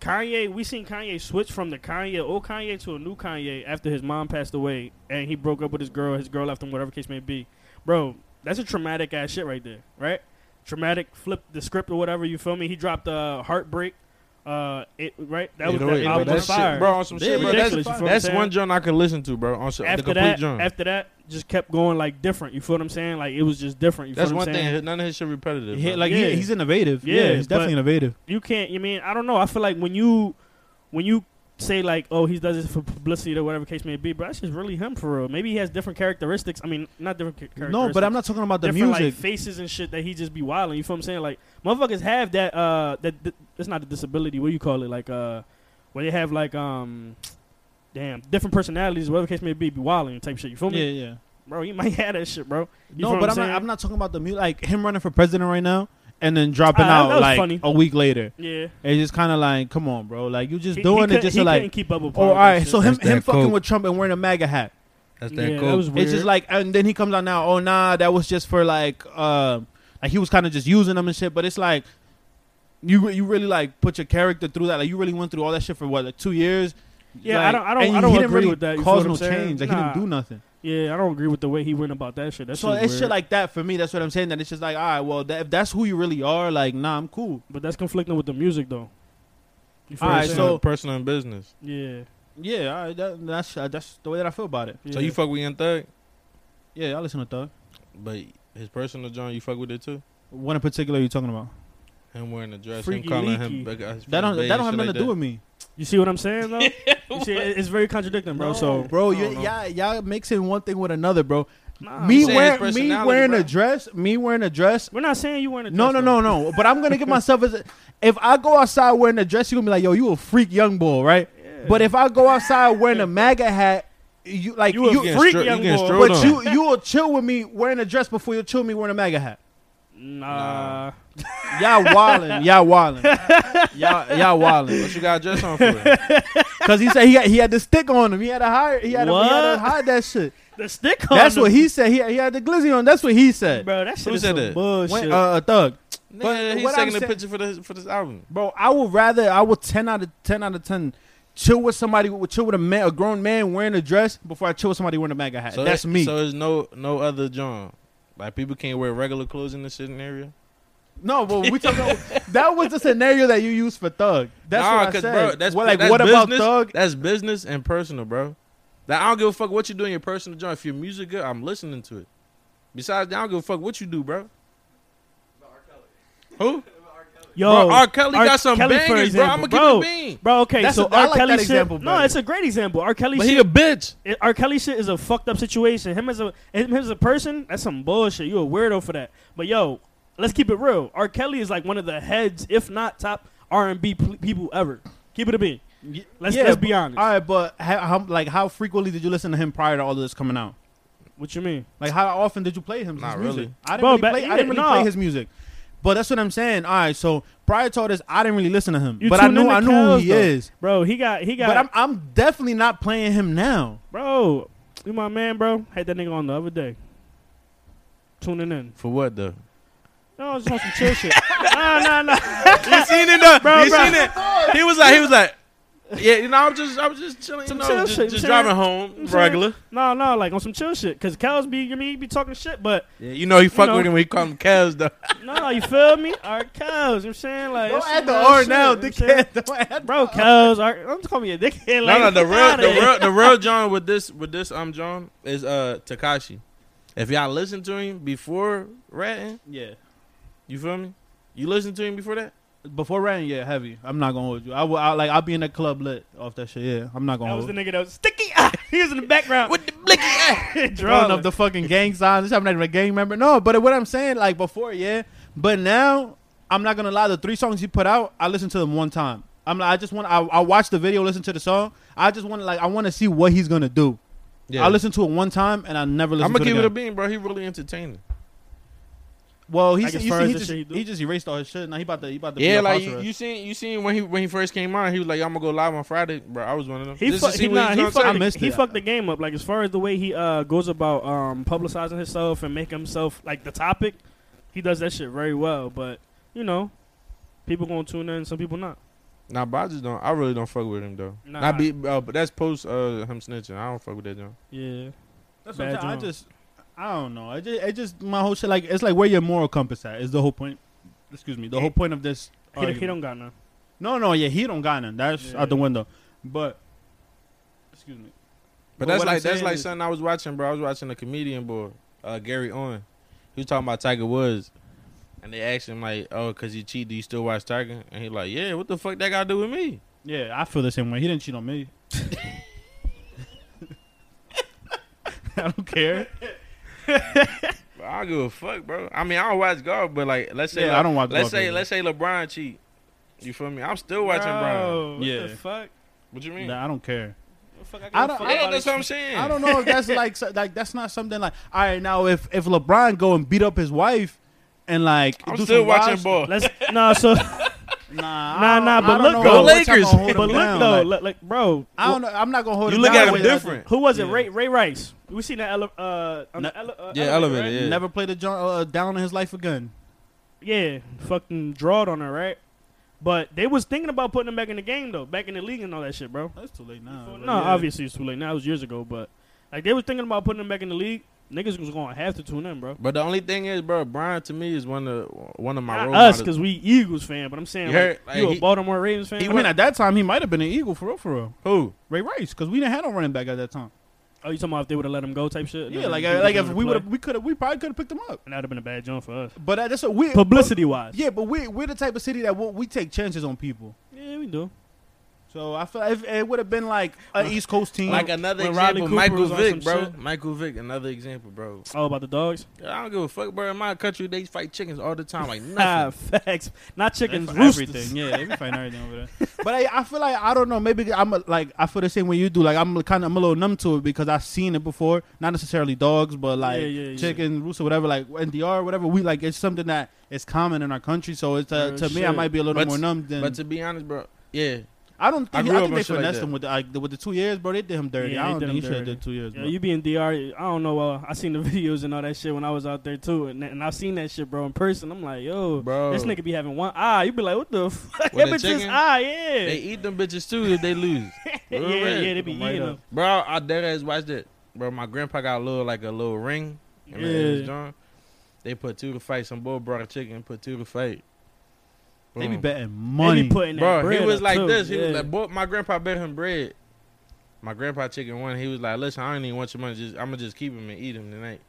Speaker 3: Kanye, we seen Kanye switch from the Kanye, old Kanye to a new Kanye after his mom passed away and he broke up with his girl, his girl left him, whatever case may be. Bro, that's a traumatic ass shit right there, right? Traumatic, flipped the script or whatever, you feel me? He dropped uh, Heartbreak, uh, it, right? That was
Speaker 1: 808,
Speaker 3: that
Speaker 1: bro,
Speaker 3: album
Speaker 1: that
Speaker 3: was fire.
Speaker 1: shit, bro. On some
Speaker 2: Yeah,
Speaker 1: shit, bro.
Speaker 3: ridiculous,
Speaker 1: That's,
Speaker 3: you feel what I'm
Speaker 1: that's
Speaker 3: saying?
Speaker 1: one joint I could listen to, bro. On some, the
Speaker 3: After
Speaker 1: complete
Speaker 3: that,
Speaker 1: joint.
Speaker 3: after that, just kept going like different. You feel what I'm saying? Like it was just different. You
Speaker 1: that's
Speaker 3: feel what
Speaker 1: one
Speaker 3: I'm saying?
Speaker 1: thing. None of his shit repetitive.
Speaker 2: He-
Speaker 1: bro.
Speaker 2: like
Speaker 3: Yeah.
Speaker 2: he, he's innovative. Yeah,
Speaker 3: Yeah,
Speaker 2: he's
Speaker 3: but-
Speaker 2: definitely innovative.
Speaker 3: you can't. You mean I don't know. I feel like when you when you say like, oh, he does this for publicity or whatever case may be, but that's just really him for real. Maybe he has different characteristics. I mean, not different cha- characteristics.
Speaker 2: No, but I'm not talking about the
Speaker 3: different like
Speaker 2: music.
Speaker 3: faces and shit that he just be wilding. You feel what I'm saying? Like motherfuckers have that. Uh, that th- it's not a disability. What do you call it? Like uh, where they have like um. Damn, different personalities, whatever case may be, be wilding type shit. You feel me,
Speaker 2: yeah, yeah.
Speaker 3: bro? You might have that shit, bro. You feel
Speaker 2: No,
Speaker 3: what
Speaker 2: but I'm
Speaker 3: saying?
Speaker 2: not. I'm not talking about the music. Like him running for president right now and then dropping
Speaker 3: Ah, that
Speaker 2: out
Speaker 3: was
Speaker 2: like
Speaker 3: funny.
Speaker 2: a week later.
Speaker 3: Yeah,
Speaker 2: It's just kind of like, come on, bro. Like you just
Speaker 3: He- he
Speaker 2: doing it
Speaker 3: couldn't-
Speaker 2: just
Speaker 3: he
Speaker 2: to like.
Speaker 3: couldn't keep up with.
Speaker 2: Oh, all right. So him
Speaker 1: That's
Speaker 2: him
Speaker 1: that
Speaker 2: fucking
Speaker 1: coke.
Speaker 2: with Trump and wearing a MAGA hat.
Speaker 1: that's
Speaker 3: yeah,
Speaker 1: that
Speaker 3: that
Speaker 1: cool.
Speaker 3: was weird.
Speaker 2: It's just like, and then he comes out now. Oh nah, that was just for like, uh, like he was kind of just using them and shit. But it's like, you you really like put your character through that. Like you really went through all that shit for what like two years.
Speaker 3: Yeah, I
Speaker 2: Like,
Speaker 3: don't- I
Speaker 2: and
Speaker 3: don't- I
Speaker 2: he
Speaker 3: don't
Speaker 2: didn't
Speaker 3: agree
Speaker 2: really
Speaker 3: with that, you feel
Speaker 2: Cause
Speaker 3: what
Speaker 2: no
Speaker 3: I'm saying?
Speaker 2: change. Like he
Speaker 3: Nah.
Speaker 2: didn't do nothing.
Speaker 3: Yeah, I don't agree with the way he went about that shit. That's
Speaker 2: so it's shit like that for me. That's what I'm saying. That it's just like, all right, well, that, if that's who you really are, like, nah, I'm cool.
Speaker 3: but that's conflicting with the music though. You feel
Speaker 2: All
Speaker 3: what I'm
Speaker 2: right,
Speaker 3: saying?
Speaker 1: Personal-
Speaker 2: so-
Speaker 1: personal and business.
Speaker 3: yeah,
Speaker 2: Yeah, all right, that, uh, that's that's the way that I feel about it.
Speaker 1: So
Speaker 3: yeah.
Speaker 1: you fuck with Young Thug?
Speaker 2: Yeah, I listen to Thug.
Speaker 1: But his personal John, you fuck with it too.
Speaker 2: What in particular are you talking about?
Speaker 1: Him wearing a dress,
Speaker 3: Freaky
Speaker 1: him calling him.
Speaker 3: leaky.
Speaker 1: big ass
Speaker 2: That don't
Speaker 1: babe
Speaker 2: that don't
Speaker 1: and
Speaker 2: have
Speaker 1: shit
Speaker 2: nothing
Speaker 1: like
Speaker 2: to do with me,
Speaker 3: You see what I'm saying, though? you see, it- it's very contradicting, bro. So
Speaker 2: bro.
Speaker 1: I don't
Speaker 2: You,
Speaker 1: know.
Speaker 2: y'all y'all mixing one thing with another, bro. me
Speaker 3: nah,
Speaker 1: I'm saying his
Speaker 2: wearing me
Speaker 1: personality,
Speaker 2: wearing
Speaker 1: bro.
Speaker 2: a dress, me wearing a dress.
Speaker 3: we're not saying you weren't. A
Speaker 2: No, no,
Speaker 3: dress,
Speaker 2: no, no. But I'm gonna give myself as a, if I go outside wearing a dress, you gonna be like, yo, you a freak young boy, right?
Speaker 3: though. Yeah.
Speaker 2: But if I go outside wearing a MAGA hat, you like
Speaker 3: You a
Speaker 1: You
Speaker 2: you,
Speaker 1: getting
Speaker 3: freak,
Speaker 1: stro-
Speaker 3: young
Speaker 1: you getting
Speaker 3: boy.
Speaker 1: strolled
Speaker 2: but
Speaker 1: on.
Speaker 2: you you will chill with me wearing a dress before you chill with me wearing a MAGA hat.
Speaker 3: nah,
Speaker 2: Y'all wildin', y'all wildin', y'all y'all wildin'.
Speaker 1: What you got a dress on for?
Speaker 2: Cause he said he had, he had the stick on him. He had to hide. He had, to, he had
Speaker 3: What?
Speaker 2: to hide that shit.
Speaker 3: the stick on.
Speaker 2: That's
Speaker 3: the-
Speaker 2: what he said. He had, he had the glizzy on. That's what he said.
Speaker 3: bro. That shit
Speaker 1: Who
Speaker 3: is
Speaker 1: said
Speaker 3: some
Speaker 1: that?
Speaker 3: bullshit.
Speaker 2: When, uh, a thug,
Speaker 1: Nigga, he's
Speaker 2: what I'm
Speaker 1: taking a
Speaker 2: saying-
Speaker 1: picture for this for this album.
Speaker 2: bro. I would rather I would ten out of ten out of ten chill with somebody chill with a man a grown man wearing a dress before I chill with somebody wearing a MAGA hat. That's
Speaker 1: it-
Speaker 2: me.
Speaker 1: So there's no no other John. Like people can't wear regular clothes in this shitting area.
Speaker 2: No, but we talking. about- that was the scenario that you used for Thug. That's
Speaker 1: Nah,
Speaker 2: what I
Speaker 1: 'cause,
Speaker 2: said.
Speaker 1: Bro, that's
Speaker 2: well, like,
Speaker 1: that's
Speaker 2: what about
Speaker 1: business-
Speaker 2: Thug?
Speaker 1: That's business and personal, bro. Like I don't give a fuck what you do in your personal John. If your music good, I'm listening to it. Besides, I don't give a fuck what you do, bro. Who?
Speaker 3: Yo,
Speaker 1: bro, R. Kelly
Speaker 3: R.
Speaker 1: got some
Speaker 3: Kelly, for
Speaker 1: bangers, bro. I'm gonna
Speaker 3: example.
Speaker 1: keep it
Speaker 3: Bro,
Speaker 1: bean.
Speaker 3: bro. Okay,
Speaker 2: That's
Speaker 3: so
Speaker 2: a-
Speaker 3: R.
Speaker 2: I like
Speaker 3: Kelly
Speaker 2: that
Speaker 3: shit.
Speaker 2: example
Speaker 3: no,
Speaker 2: better.
Speaker 3: it's a great example. R. Kelly
Speaker 1: But
Speaker 3: shit.
Speaker 1: he a bitch.
Speaker 3: it- R. Kelly shit is a fucked up situation. Him as a him as a person, that's some bullshit. You a weirdo for that. But yo, let's keep it real. R. Kelly is like one of the heads, if not top R and B pl- people ever. Keep it a bean. Let's- let's be
Speaker 2: but-
Speaker 3: honest.
Speaker 2: All right, but how, how like how frequently did you listen to him prior to all of this coming out?
Speaker 3: What you mean?
Speaker 2: Like how often did you play him?
Speaker 1: Not
Speaker 2: his music?
Speaker 1: really.
Speaker 2: I didn't
Speaker 3: Bro,
Speaker 2: really,
Speaker 3: back-
Speaker 2: play,
Speaker 3: yeah,
Speaker 2: I didn't really
Speaker 3: nah.
Speaker 2: play his music. But that's what I'm saying. All right, so prior to all this, I didn't really listen to him.
Speaker 3: You
Speaker 2: but I
Speaker 3: tuned
Speaker 2: knew
Speaker 3: into
Speaker 2: I knew
Speaker 3: Kels,
Speaker 2: who he
Speaker 3: though.
Speaker 2: is.
Speaker 3: Bro, he got he got
Speaker 2: But I'm I'm definitely not playing him now.
Speaker 3: bro. You my man, bro. Had that nigga on the other day. Tuning in.
Speaker 1: For what though?
Speaker 3: No, I just want some chill shit. Nah, nah, nah.
Speaker 1: you seen it though?
Speaker 3: Bro,
Speaker 1: you
Speaker 3: bro.
Speaker 1: seen it? He was like, he was like, yeah, you know, I'm just, I'm just chilling, you
Speaker 3: Some
Speaker 1: know,
Speaker 3: chill
Speaker 1: just,
Speaker 3: shit,
Speaker 1: just
Speaker 3: you know what I'm
Speaker 1: driving home,
Speaker 3: You know what I'm saying?
Speaker 1: regular.
Speaker 3: No, no, like on some chill shit. Cause Kels be, I mean, he be talking shit, but
Speaker 1: Yeah, you know, he fuck
Speaker 3: know.
Speaker 1: with him when he call him Cavs though.
Speaker 3: no, you feel me? Our cows, you know what I'm saying? Like,
Speaker 2: Don't
Speaker 3: it's
Speaker 2: add
Speaker 3: some
Speaker 2: the
Speaker 3: real
Speaker 2: R
Speaker 3: shit, you know
Speaker 2: now,
Speaker 3: what I'm
Speaker 2: dickhead. Don't add.
Speaker 3: Bro, cuz, are- don't call me a dickhead.
Speaker 1: No,
Speaker 3: Like,
Speaker 1: no, the
Speaker 3: get
Speaker 1: real,
Speaker 3: outta
Speaker 1: the
Speaker 3: here.
Speaker 1: real, the real John with this, with this, um, John is uh Takashi. If y'all listen to him before ratting,
Speaker 2: Yeah.
Speaker 1: you feel me? You listen to him before that?
Speaker 2: Before rain, yeah, heavy. I'm not gonna hold you. I will. I, like I'll be in the club lit off that shit. Yeah, I'm not gonna.
Speaker 3: That
Speaker 2: hold
Speaker 3: was the
Speaker 2: you.
Speaker 3: nigga that was sticky. Ah, he was in the background.
Speaker 1: With the blicky eye.
Speaker 2: throwing
Speaker 3: Drawing
Speaker 2: up the fucking gang signs. I'm not even a gang member. No, but what I'm saying, like before, yeah. But now, I'm not gonna lie. The three songs he put out, I listened to them one time. I'm like, I just want. I, I watched the video, listen to the song. I just want to like, I want to see what he's gonna do.
Speaker 1: Yeah,
Speaker 2: I listened to it one time, and I never
Speaker 1: I'm
Speaker 2: listened.
Speaker 1: gonna
Speaker 2: to
Speaker 1: give it a
Speaker 2: again.
Speaker 1: bean, bro. He really entertaining.
Speaker 2: Well, he's,
Speaker 3: Like, as
Speaker 2: you
Speaker 3: far
Speaker 2: see,
Speaker 3: as
Speaker 2: he
Speaker 3: the
Speaker 2: just
Speaker 3: shit he do?
Speaker 2: he just erased all his shit. Now he about to he about to be
Speaker 1: Yeah,
Speaker 2: on
Speaker 1: like
Speaker 2: house
Speaker 1: you,
Speaker 2: arrest.
Speaker 1: you seen, you seen when he when he first came out, he was like, I'm gonna go live on Friday, bro. I was one of them.
Speaker 3: He,
Speaker 1: Just
Speaker 3: fu-
Speaker 1: to see
Speaker 3: he,
Speaker 1: what
Speaker 3: nah,
Speaker 1: he's
Speaker 3: he,
Speaker 1: gonna
Speaker 3: fucked,
Speaker 2: I
Speaker 1: say.
Speaker 2: missed
Speaker 3: he
Speaker 2: it.
Speaker 3: fucked the game up. Like as far as the way he uh, goes about um, publicizing himself and making himself like the topic, he does that shit very well. But you know, people gonna tune in, some people not.
Speaker 1: Nah, but I just don't. I really don't fuck with him though.
Speaker 3: Nah.
Speaker 1: I be, uh, but that's post uh, him snitching. I don't fuck with that John.
Speaker 3: Yeah,
Speaker 2: That's what I'm
Speaker 3: Bad
Speaker 2: saying. I
Speaker 3: job.
Speaker 2: just I don't know. It just, it just my whole shit. Like it's like where your moral compass at is the whole point. Excuse me. The whole point of this.
Speaker 3: he, Oh, he
Speaker 2: argument.
Speaker 3: don't got none.
Speaker 2: No, no, yeah, he don't got none. That's
Speaker 3: Yeah.
Speaker 2: out the window. But excuse me.
Speaker 1: But,
Speaker 2: But
Speaker 1: that's
Speaker 2: what
Speaker 1: like
Speaker 2: I'm
Speaker 1: that's
Speaker 2: saying
Speaker 1: like
Speaker 2: is-
Speaker 1: something I was watching, bro. I was watching a comedian, boy, uh, Gary Owen. He was talking about Tiger Woods, and they asked him like, "Oh, cause you cheat, do you still watch Tiger?" And he like, "Yeah, what the fuck that got to do with me?"
Speaker 2: Yeah, I feel the same way. He didn't cheat on me. I don't care.
Speaker 1: But I don't give a fuck, bro. I mean, I don't watch golf, but like, let's say
Speaker 2: Yeah,
Speaker 1: like-
Speaker 2: I don't watch
Speaker 1: Let's
Speaker 2: golf
Speaker 1: say
Speaker 2: either.
Speaker 1: let's say LeBron cheat. You feel me? I'm still watching LeBron.
Speaker 3: Bro, what
Speaker 2: Yeah.
Speaker 3: the fuck?
Speaker 1: What you mean?
Speaker 2: Nah, I don't care.
Speaker 3: What the fuck I, give
Speaker 2: I
Speaker 3: a
Speaker 2: don't-
Speaker 3: fuck
Speaker 1: Yeah,
Speaker 3: about
Speaker 1: that's
Speaker 3: it.
Speaker 1: what I'm saying.
Speaker 2: I don't know if that's like so- like that's not something like all right now if if LeBron go and beat up his wife and like
Speaker 1: I'm
Speaker 2: do
Speaker 1: still
Speaker 2: some
Speaker 1: watching
Speaker 2: wild-
Speaker 1: ball.
Speaker 3: Let's nah. So
Speaker 2: Nah, I
Speaker 3: Nah,
Speaker 2: don't-
Speaker 3: nah,
Speaker 2: I
Speaker 3: but
Speaker 2: don't
Speaker 3: look
Speaker 2: know
Speaker 3: though.
Speaker 2: how much I'm gonna hold
Speaker 3: but
Speaker 2: him
Speaker 3: look
Speaker 2: down,
Speaker 3: though,
Speaker 2: like,
Speaker 3: like, like bro,
Speaker 2: I don't know. I'm not gonna hold.
Speaker 1: You
Speaker 2: him
Speaker 1: look
Speaker 2: down
Speaker 1: at
Speaker 2: the
Speaker 1: him
Speaker 2: way that I do.
Speaker 1: different.
Speaker 3: Who was it?
Speaker 2: Yeah.
Speaker 3: Ray Ray Rice. We seen that ele- uh, on
Speaker 2: No-
Speaker 3: the ele- uh,
Speaker 1: yeah,
Speaker 3: right?
Speaker 1: elevator,
Speaker 2: Never played a John, uh, down in his life again.
Speaker 3: yeah, fucking drawed on her, right? But they was thinking about putting him back in the game though, back in the league and all that shit, bro.
Speaker 2: That's too late now.
Speaker 3: no, obviously it's too late. Now it was years ago, but like they was thinking about putting him back in the league. Niggas was gonna have to tune in, bro.
Speaker 1: But the only thing is, bro, Brian to me is one of one of my
Speaker 3: Not
Speaker 1: role
Speaker 3: us,
Speaker 1: models.
Speaker 3: cause we Eagles fan, but I'm saying
Speaker 1: You
Speaker 3: you,
Speaker 1: heard,
Speaker 3: like,
Speaker 1: like,
Speaker 3: you
Speaker 1: he-
Speaker 3: a Baltimore Ravens fan.
Speaker 2: I mean, at that time, he might have been an Eagle for real, for real.
Speaker 1: Who?
Speaker 2: Ray Rice, because we didn't have no running back at that time.
Speaker 3: Oh, you talking about if they would have let him go type shit?
Speaker 2: Yeah,
Speaker 3: Then
Speaker 2: like
Speaker 1: uh,
Speaker 3: he
Speaker 2: I- like if
Speaker 3: would've been
Speaker 2: we
Speaker 3: to
Speaker 2: would have
Speaker 3: play.
Speaker 2: we could have we probably could have picked him up.
Speaker 3: And that'd have been a bad jump for us.
Speaker 2: But uh, that's a we
Speaker 3: Publicity wise.
Speaker 2: Yeah, but we we're the type of city that we, we take chances on people.
Speaker 3: Yeah, we do.
Speaker 2: So I feel if it would have been like an East Coast team.
Speaker 1: Like another
Speaker 3: when
Speaker 1: example,
Speaker 3: Riley Cooper
Speaker 1: Michael
Speaker 3: was on
Speaker 1: Vick,
Speaker 3: some
Speaker 1: bro.
Speaker 3: shit.
Speaker 1: Michael Vick, another example, bro.
Speaker 3: Oh, about the dogs?
Speaker 1: I don't give a fuck, bro. In my country, they fight chickens all the time, like
Speaker 3: Nah,
Speaker 1: nothing.
Speaker 3: facts. Not chickens,
Speaker 5: They find
Speaker 3: roosters.
Speaker 5: everything. Yeah, they be fighting everything over there.
Speaker 2: But I, I feel like I don't know. Maybe I'm a, like I feel the same way you do. Like I'm kind of I'm a little numb to it because I've seen it before. Not necessarily dogs, but like
Speaker 3: Yeah, yeah, yeah.
Speaker 2: chicken, rooster, whatever. Like NDR, whatever. We like it's something that is common in our country. So it's uh,
Speaker 3: Real
Speaker 2: to me, I
Speaker 3: shit.
Speaker 2: might be a little
Speaker 1: But-
Speaker 2: more numb than.
Speaker 1: But to be honest, bro, yeah,
Speaker 2: I don't.
Speaker 1: I
Speaker 2: Think, I,
Speaker 1: grew up
Speaker 2: think
Speaker 1: on
Speaker 2: they
Speaker 1: shit like
Speaker 2: finessed
Speaker 1: that.
Speaker 2: him with the, like, the with the two years, bro. They did him dirty.
Speaker 3: Yeah,
Speaker 2: I
Speaker 3: they
Speaker 2: don't
Speaker 3: did
Speaker 2: think
Speaker 3: him
Speaker 2: he should have
Speaker 3: dirty.
Speaker 2: did two years.
Speaker 3: Yeah,
Speaker 2: bro.
Speaker 3: you be in DR. I don't know. Uh, I seen the videos and all that shit when I was out there too, and, and I seen that shit, bro, in person. I'm like, yo,
Speaker 1: bro.
Speaker 3: this nigga be having one eye. You be like, what the
Speaker 1: With
Speaker 3: fuck? That
Speaker 1: the
Speaker 3: bitch is
Speaker 1: chicken?
Speaker 3: eye, yeah.
Speaker 1: They eat them bitches too if they lose.
Speaker 3: yeah,
Speaker 1: Real red.
Speaker 3: yeah, they be
Speaker 5: Come right
Speaker 3: eating
Speaker 5: up.
Speaker 3: them.
Speaker 1: Bro, I dead ass watched it. Bro, my grandpa got a little like a little ring. You know, his
Speaker 3: Yeah.
Speaker 1: joint. They put two to fight. Some boy brought a chicken. Put two to fight.
Speaker 2: they be
Speaker 1: Boom.
Speaker 2: betting
Speaker 3: They
Speaker 2: money.
Speaker 3: be putting that
Speaker 1: Bro, he
Speaker 3: bread
Speaker 1: was
Speaker 3: up,
Speaker 1: like
Speaker 3: too.
Speaker 1: this. He was
Speaker 3: Yeah.
Speaker 1: like, boy, my grandpa bet him bread. My grandpa chicken won. He was like, listen, I don't even want your money. Just I'm gonna just keep him and eat him tonight.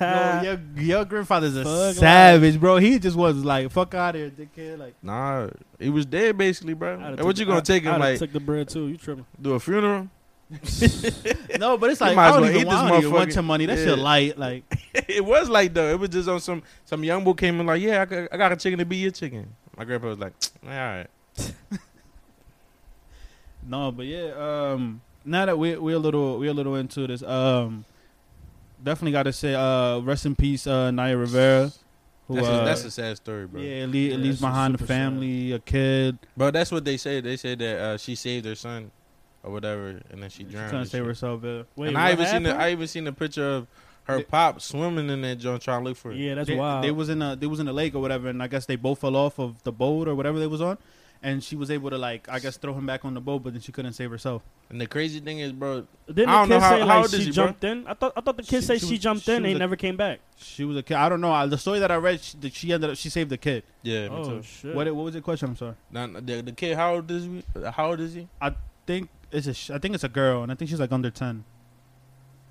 Speaker 2: Yo, your, your grandfather's a
Speaker 3: Thug life.
Speaker 2: savage, bro. He just was like, "Fuck out of here, dickhead!" Like,
Speaker 1: Nah, he was dead basically, bro.
Speaker 3: I'da
Speaker 1: And
Speaker 3: took
Speaker 1: What you
Speaker 3: the-
Speaker 1: gonna
Speaker 3: I-
Speaker 1: take him
Speaker 3: I'da
Speaker 1: like
Speaker 3: took the bread too. You tripping?
Speaker 1: do a funeral?
Speaker 2: no, but it's
Speaker 1: You
Speaker 2: like
Speaker 1: might
Speaker 2: I
Speaker 1: as
Speaker 2: don't
Speaker 1: well eat
Speaker 2: even,
Speaker 1: this
Speaker 2: I don't even want
Speaker 1: motherfucker.
Speaker 2: your money. That
Speaker 1: Yeah.
Speaker 2: shit light, like.
Speaker 1: it was like though. It was just on some some young boy came in like, yeah, I got, I got a chicken to be your chicken. My grandpa was like, all right.
Speaker 2: No, but yeah, um now that we're we're a little we're a little into this, um definitely gotta say uh rest in peace, uh Naya Rivera. Who
Speaker 1: That's,
Speaker 2: uh,
Speaker 1: a, that's a sad story, bro.
Speaker 2: yeah, le-
Speaker 3: Yeah,
Speaker 2: leaves
Speaker 3: that's
Speaker 2: behind a
Speaker 3: super
Speaker 2: family, a kid.
Speaker 1: But that's what they said. They said that uh, she saved her son or whatever, and then she
Speaker 2: She's trying
Speaker 1: drowned.
Speaker 2: to
Speaker 1: and
Speaker 2: save
Speaker 1: shit.
Speaker 2: herself. Yeah.
Speaker 3: Wait,
Speaker 1: and
Speaker 3: what
Speaker 1: I even
Speaker 3: happened?
Speaker 1: seen the, I even seen a picture of her pop swimming in that joint trying to look for her.
Speaker 3: yeah, that's
Speaker 2: they,
Speaker 3: wild.
Speaker 2: They was in a they was in a lake or whatever, and I guess they both fell off of the boat or whatever they was on, and she was able to like I guess throw him back on the boat, but then she couldn't save herself.
Speaker 1: And the crazy thing is, bro,
Speaker 3: Didn't
Speaker 1: I don't
Speaker 3: the
Speaker 1: know
Speaker 3: kid
Speaker 1: how-
Speaker 3: say
Speaker 1: how
Speaker 3: like
Speaker 1: old is
Speaker 3: she
Speaker 1: he, bro?
Speaker 3: jumped in? I thought I thought the
Speaker 2: She-
Speaker 3: kid said
Speaker 2: she
Speaker 3: she
Speaker 2: was-
Speaker 3: jumped
Speaker 2: she
Speaker 3: in
Speaker 2: was
Speaker 3: and
Speaker 2: a-
Speaker 3: never came back.
Speaker 2: She was a kid. I don't know. I, the story that I read, she, that she ended up she saved the kid.
Speaker 1: yeah. me
Speaker 3: Oh
Speaker 1: too.
Speaker 3: shit!
Speaker 2: What what was the question? I'm sorry.
Speaker 1: Now, the, the kid, how old is he? How old is he?
Speaker 2: think it's a sh- I think it's a girl, and I think she's like under ten.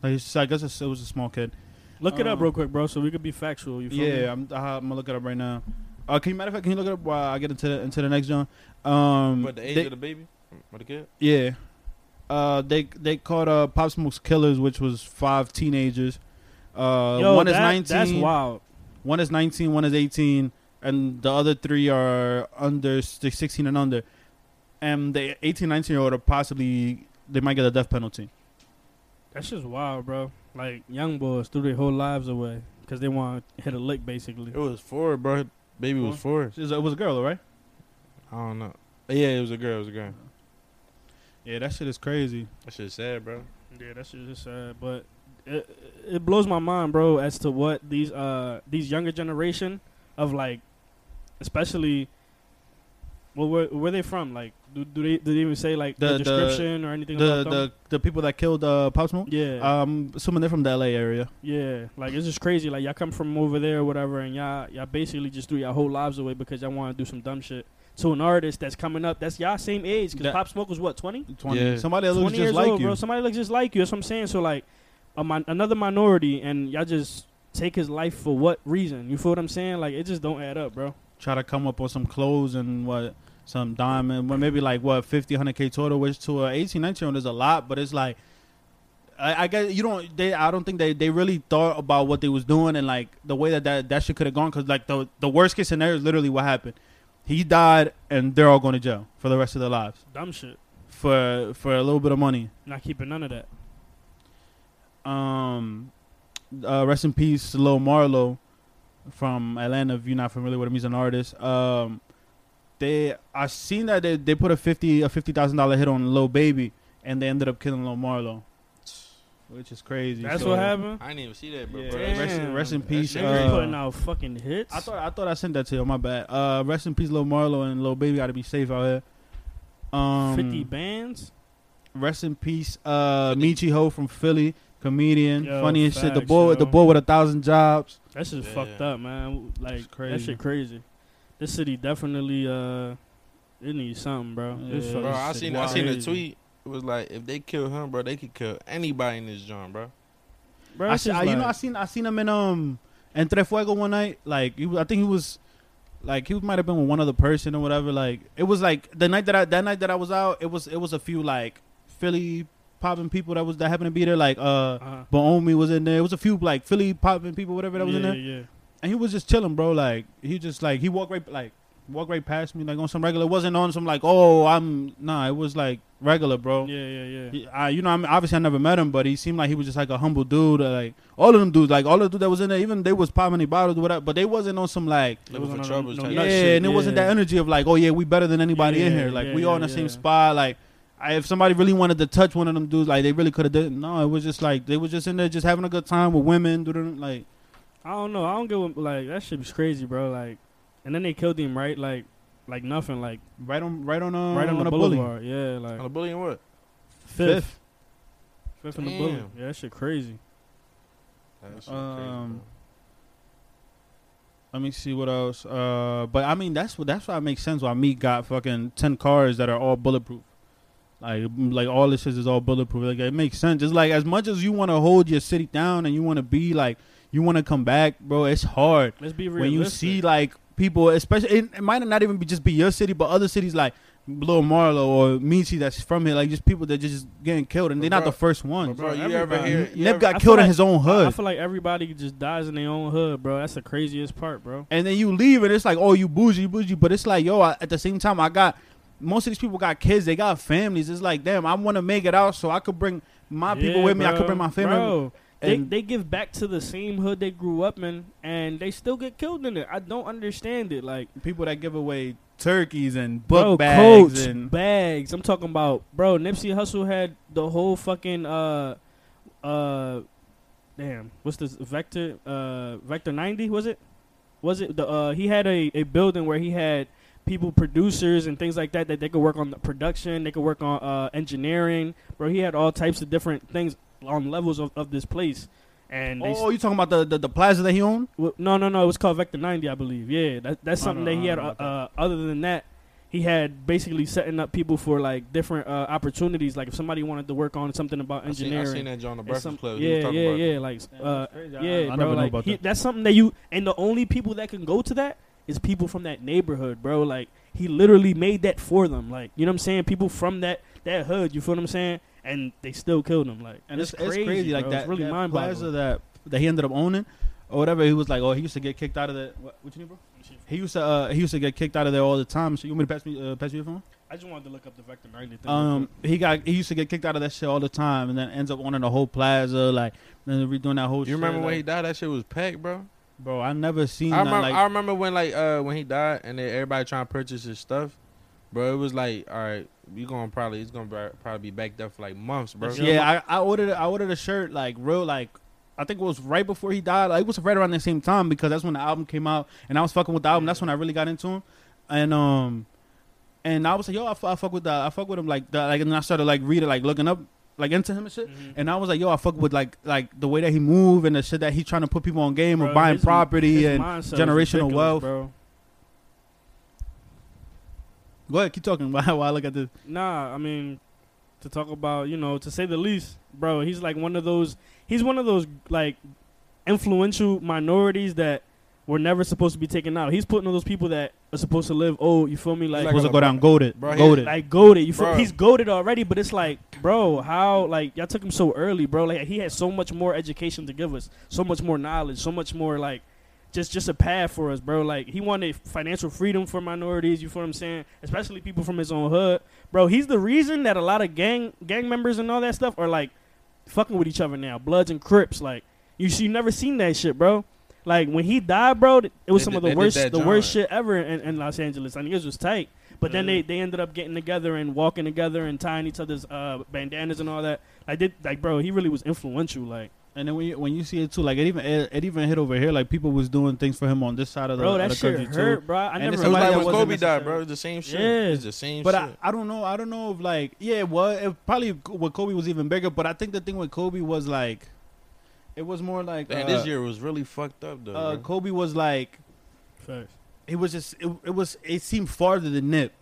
Speaker 2: Like it's- I guess it's, it was a small kid.
Speaker 3: Look it up
Speaker 2: Um,
Speaker 3: real quick, bro, so we could be factual. You feel me?
Speaker 2: Yeah, I'm, uh, I'm gonna look it up right now. Uh, can you matter of fact, can you look it up while I get into the, into the next John?
Speaker 3: Mm.
Speaker 2: Um,
Speaker 1: But the age
Speaker 2: they-
Speaker 1: of the baby, or the kid?
Speaker 2: yeah, uh, they they caught uh Pop Smoke's killers, which was five teenagers. Uh,
Speaker 3: Yo,
Speaker 2: one is
Speaker 3: that-
Speaker 2: nineteen.
Speaker 3: That's wild.
Speaker 2: One is 19, one is 18, and the other three are under six- 16 and under. And the 18, 19 year old are possibly, they might get a death penalty.
Speaker 3: That's just wild, bro. Like young boys threw their whole lives away because they want to hit a lick, basically.
Speaker 1: It was four, bro. Baby was four.
Speaker 2: It was a- it was a girl, right?
Speaker 1: I don't know. Yeah, it was a girl. It was a girl.
Speaker 2: Yeah, that shit is crazy.
Speaker 1: That shit sad, bro.
Speaker 3: Yeah, that's just sad. But it, it blows my mind, bro, as to what these uh these younger generation of like, especially. Well, where where they from? Like, do, do they do they even say like
Speaker 2: The-
Speaker 3: the,
Speaker 2: the-
Speaker 3: description or anything?
Speaker 2: The
Speaker 3: about them?
Speaker 2: the the people that killed uh, Pop Smoke,
Speaker 3: yeah,
Speaker 2: um, assuming they're from the LA area.
Speaker 3: yeah. Like it's just crazy. Like y'all come from over there or whatever, and y'all y'all basically just threw y'all whole lives away because y'all want to do some dumb shit to an artist that's coming up that's y'all same age. Because
Speaker 2: That-
Speaker 3: Pop Smoke was what twenty.
Speaker 2: 20.
Speaker 1: Yeah.
Speaker 2: Somebody that looks
Speaker 3: 20
Speaker 2: just
Speaker 3: years
Speaker 2: like
Speaker 3: old,
Speaker 2: you.
Speaker 3: bro. Somebody looks just like you. That's what I'm saying. So like, a min- another minority, and y'all just take his life for what reason? You feel what I'm saying? Like it just don't add up, bro.
Speaker 2: Try to come up on some clothes and what, some diamond, well, maybe like what, 50, 100K total, which to an 18, 19 year old is a lot, but it's like, I, I guess you don't. They, I don't think they, they really thought about what they was doing and like the way that that, that shit could have gone. Cause like the the worst case scenario is literally what happened. He died and they're all going to jail for the rest of their lives
Speaker 3: Dumb shit.
Speaker 2: for for a little bit of money.
Speaker 3: Not keeping none of that.
Speaker 2: um uh rest in peace Lil Marlow from Atlanta if you're not familiar with him he's an artist um they I seen that they, they put a 50 a $50,000 hit on Lil Baby and they ended up killing Lil Marlow which is crazy
Speaker 3: That's
Speaker 2: So,
Speaker 3: what happened.
Speaker 1: I didn't even see that, bro.
Speaker 2: yeah,
Speaker 1: bro.
Speaker 3: Damn.
Speaker 2: rest, in- rest in
Speaker 1: That
Speaker 2: peace
Speaker 1: shit
Speaker 3: They just
Speaker 1: uh,
Speaker 3: putting out fucking hits.
Speaker 2: I thought I thought I sent that to you my bad uh rest in peace Lil Marlow and Lil Baby got to be safe out here um
Speaker 3: fifty bands.
Speaker 2: Rest in peace, uh, Michi Ho from Philly, comedian,
Speaker 3: Yo,
Speaker 2: funny as shit. The
Speaker 3: facts,
Speaker 2: boy,
Speaker 3: yo.
Speaker 2: the boy with a thousand jobs.
Speaker 3: That's just
Speaker 1: Yeah.
Speaker 3: fucked up, man. Like
Speaker 2: It's crazy.
Speaker 3: that shit crazy. This city definitely uh, it needs something, bro. This
Speaker 2: Yeah.
Speaker 3: fucking
Speaker 1: Bro, I
Speaker 3: city
Speaker 1: seen I seen a
Speaker 3: crazy.
Speaker 1: tweet. It was like if they kill him, bro, they could kill anybody in this joint, bro.
Speaker 3: Bro,
Speaker 2: I,
Speaker 3: it's
Speaker 2: see-
Speaker 3: just
Speaker 2: I- you know, I
Speaker 3: like-
Speaker 2: seen I seen him in um Entre Fuego one night. Like he, was- I think he was like he might have been with one other person or whatever. Like it was like the night that I that night that I was out. It was it was a few like Philly popping people that was that happened to be there. Like uh,
Speaker 3: Uh-huh.
Speaker 2: Baomi was in there. It was a few like Philly popping people, whatever that was
Speaker 3: yeah,
Speaker 2: in there.
Speaker 3: Yeah,
Speaker 2: And he was just chilling, bro. Like he just like he walked right like walked right past me like on some regular. It wasn't on some like oh I'm nah. It was like regular, bro.
Speaker 3: yeah, yeah, yeah.
Speaker 2: Oh. He- I, you know, I mean, obviously I never met him, but he seemed like he was just like a humble dude. uh, Like all of them dudes, like all the dude that was in there, even they was popping their bottles, whatever. But they wasn't on some like,
Speaker 1: Looking
Speaker 3: wasn't
Speaker 1: for
Speaker 3: on
Speaker 1: trouble.
Speaker 3: no-
Speaker 1: type
Speaker 2: yeah,
Speaker 3: no
Speaker 1: shit.
Speaker 3: shit,
Speaker 2: and it wasn't
Speaker 3: yeah.
Speaker 2: that energy of like, oh yeah, we better than anybody in
Speaker 3: Yeah,
Speaker 2: here. Like
Speaker 3: yeah,
Speaker 2: we
Speaker 3: yeah,
Speaker 2: all in the
Speaker 3: yeah.
Speaker 2: same spot. Like I, if somebody really wanted to touch one of them dudes, like they really could have done. No, it was just like they was just in there just having a good time with women. doo-doo-doo, Like
Speaker 3: I don't know. I don't get what, like that shit was crazy, bro. Like, and then they killed him right, like, like nothing, like
Speaker 2: right on, right on, uh,
Speaker 3: right on, the
Speaker 2: a bully.
Speaker 3: boulevard. Yeah, like
Speaker 1: On a bully and what?
Speaker 3: fifth, fifth, on the
Speaker 1: Damn.
Speaker 3: boulevard. Yeah, that shit crazy.
Speaker 1: That shit crazy,
Speaker 2: Um,
Speaker 1: bro.
Speaker 2: Let me see what else. Uh, but I mean, that's what that's why it makes sense why me got fucking ten cars that are all bulletproof. Like, m- like all this shit is all bulletproof. Like, it makes sense. It's like as much as you want to hold your city down and you want to be like, you want to come back, bro. It's hard
Speaker 3: Let's be realistic.
Speaker 2: when you see like people, especially it, it might not even be just be your city, but other cities like Little Marlow or Michi that's from here, like just people that just getting killed and
Speaker 1: But
Speaker 2: they're not
Speaker 1: bro-
Speaker 2: the first ones.
Speaker 1: Bro, you ever
Speaker 3: everybody-
Speaker 1: hear? you
Speaker 2: Nip
Speaker 1: ever-
Speaker 2: got
Speaker 3: I feel
Speaker 2: killed in
Speaker 3: like-
Speaker 2: his own hood.
Speaker 3: I feel like everybody just dies in their own hood, bro. That's the craziest part, bro.
Speaker 2: and then you leave and it's like oh you bougie you bougie but it's like yo I, at the same time i got most of these people got kids they got families it's like damn i want to make it out so i could bring my people
Speaker 3: Yeah,
Speaker 2: with me i
Speaker 3: bro.
Speaker 2: could bring my family
Speaker 3: Bro, they,
Speaker 2: and
Speaker 3: they give back to the same hood they grew up in, and they still get killed in it. I don't understand it. Like,
Speaker 2: people that give away turkeys and book
Speaker 3: bro,
Speaker 2: bags
Speaker 3: coats,
Speaker 2: and
Speaker 3: bags. I'm talking about, bro. Nipsey Hussle had the whole fucking uh, uh, damn. What's this? Vector, uh, Vector 90 was it? Was it the? Uh, he had a a building where he had people, producers and things like that, that they could work on the production. They could work on uh engineering, bro. He had all types of different things on levels of, of this place. And they
Speaker 2: oh you talking about the, the the plaza that he owned
Speaker 3: well, no, no, no. It was called Vector 90, I believe. Yeah, that, that's
Speaker 2: I
Speaker 3: something
Speaker 2: don't-
Speaker 3: that he
Speaker 2: I
Speaker 3: had.
Speaker 2: don't know
Speaker 3: Uh, uh,
Speaker 2: about
Speaker 3: other than that, he had basically setting up people for like different uh, opportunities. Like if somebody wanted to work on something about
Speaker 1: I seen, I
Speaker 3: engineering,
Speaker 1: seen that joint on the
Speaker 3: and
Speaker 1: Breakfast
Speaker 3: some-
Speaker 1: Club. he was
Speaker 3: yeah,
Speaker 1: talking
Speaker 3: yeah,
Speaker 1: about it.
Speaker 3: yeah. Like uh, yeah,
Speaker 2: I
Speaker 3: bro.
Speaker 2: never knew
Speaker 3: like
Speaker 2: about
Speaker 3: he-
Speaker 2: that.
Speaker 3: that's something that you and the only people that can go to that is people from that neighborhood, bro. Like he literally made that for them. Like you know what I'm saying? People from that that hood. You feel what I'm saying? And they still killed him. Like
Speaker 2: and it's, it's
Speaker 3: crazy,
Speaker 2: crazy, like
Speaker 3: bro.
Speaker 2: that,
Speaker 3: It's really
Speaker 2: that
Speaker 3: mind
Speaker 2: plaza
Speaker 3: boggling.
Speaker 2: that that he ended up owning or whatever he was like oh he used to get kicked out of the what, what you need bro he used to uh, he used to get kicked out of there all the time so you want me to pass me uh, pass you your phone
Speaker 3: I just wanted to look up the Vector 90 thing.
Speaker 2: Um, he got he used to get kicked out of that shit all the time, and then ends up owning the whole plaza, like then redoing that whole.
Speaker 1: You remember
Speaker 2: shit,
Speaker 1: when he
Speaker 2: like,
Speaker 1: died? That shit was packed, bro.
Speaker 2: bro? I never seen.
Speaker 1: I
Speaker 2: that,
Speaker 1: remember,
Speaker 2: like,
Speaker 1: I remember when like uh when he died and then everybody trying to purchase his stuff, bro. It was like, all right, you gonna probably it's gonna be, probably be backed up for like months, bro.
Speaker 2: yeah, I, I ordered I ordered a shirt like real like. I think it was right before he died. Like, it was right around the same time because that's when the album came out, and I was fucking with the album. That's when I really got into him, and um, and I was like, yo, I, fu- I fuck with that. I fuck with him like that. Like, and then I started like reading, like looking up, like into him and shit.
Speaker 3: Mm-hmm.
Speaker 1: Mm-hmm.
Speaker 2: And I was like, yo, I fuck with like like the way that he move and the shit that he trying to put people on game or
Speaker 3: Bro,
Speaker 2: buying
Speaker 3: his-
Speaker 2: property
Speaker 3: his
Speaker 2: and
Speaker 3: mindset is
Speaker 2: generational
Speaker 3: ridiculous,
Speaker 2: wealth.
Speaker 3: bro.
Speaker 2: Go ahead, keep talking while, while I look at this.
Speaker 3: Nah, I mean, to talk about you know, to say the least, bro. He's like one of those. He's one of those like influential minorities that were never supposed to be taken out. He's putting all those people that are supposed to live. Oh, you feel me? Like
Speaker 1: Like
Speaker 2: Supposed
Speaker 1: on
Speaker 2: to
Speaker 1: the
Speaker 2: go down goaded.
Speaker 1: Bro, he-
Speaker 2: Goaded.
Speaker 3: like goaded. You feel,
Speaker 1: Bro.
Speaker 3: he's goaded already, but it's like, bro, how like y'all took him so early, bro? Like he had so much more education to give us, so much more knowledge, so much more like just just a path for us, bro. Like he wanted financial freedom for minorities. You feel what I'm saying? Especially people from his own hood, bro. He's the reason that a lot of gang gang members and all that stuff are like fucking with each other now, Bloods and Crips. Like you, you never seen that shit, bro. Like when he died, bro, th- it was
Speaker 1: They
Speaker 3: some
Speaker 1: did-
Speaker 3: of
Speaker 1: they
Speaker 3: the
Speaker 1: did
Speaker 3: worst,
Speaker 1: that
Speaker 3: the worst
Speaker 1: joint.
Speaker 3: shit ever in, in Los Angeles. I mean, it was tight. But then they, they ended up getting together and walking together and tying each other's uh, bandanas and all that. I did like, bro, he really was influential. Like,
Speaker 2: and then when you, when you see it too, like it even it, it even hit over here. Like people was doing things for him on this side of the,
Speaker 3: bro,
Speaker 2: of
Speaker 3: that
Speaker 2: the
Speaker 3: shit
Speaker 2: country too.
Speaker 3: hurt, bro. I
Speaker 2: And
Speaker 3: never.
Speaker 2: it's
Speaker 1: It was
Speaker 2: Somebody
Speaker 1: like
Speaker 2: that
Speaker 1: when
Speaker 2: wasn't
Speaker 1: Kobe died,
Speaker 2: necessary.
Speaker 1: bro. It's the same shit.
Speaker 3: Yeah.
Speaker 1: It's the same
Speaker 2: But
Speaker 1: shit.
Speaker 2: I, I don't know. I don't know if like yeah, it was it probably with Kobe was even bigger. But I think the thing with Kobe was like, it was more like
Speaker 1: Man,
Speaker 2: uh,
Speaker 1: this year was really fucked up though.
Speaker 2: uh,
Speaker 1: bro.
Speaker 2: Kobe was like
Speaker 3: Facts.
Speaker 2: it was just it, it was it seemed farther than Nip.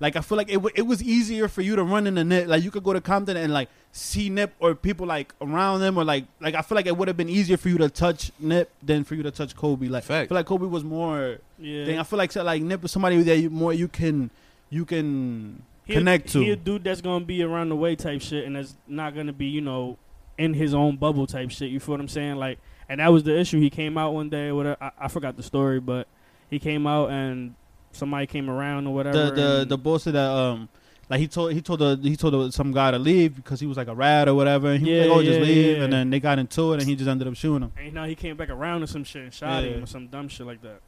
Speaker 2: Like I feel like it, w- it was easier for you to run in the net. Like you could go to Compton and like see Nip or people like around them or like like I feel like it would have been easier for you to touch Nip than for you to touch Kobe. Like I
Speaker 1: Fact.
Speaker 2: feel like Kobe was more
Speaker 3: Yeah.
Speaker 2: thing. I feel like so, like Nip was somebody that you more you can you can
Speaker 3: He a-
Speaker 2: connect to.
Speaker 3: He a dude that's gonna be around the way type shit, and that's not gonna be you know in his own bubble type shit. You feel what I'm saying? Like, and that was the issue. He came out one day, whatever. I, I forgot the story, but he came out and somebody came around or
Speaker 2: the
Speaker 3: whatever.
Speaker 2: the
Speaker 3: and-
Speaker 2: the boss said that um like he told he told the, he told some guy to leave because he was like a rat or whatever. And he
Speaker 3: Yeah,
Speaker 2: was like, "Oh, just
Speaker 3: yeah,
Speaker 2: leave,"
Speaker 3: yeah.
Speaker 2: and then they got into it, and he just ended up shooting him.
Speaker 3: And now he came back around or some shit and shot
Speaker 2: Yeah.
Speaker 3: him or some dumb shit like that.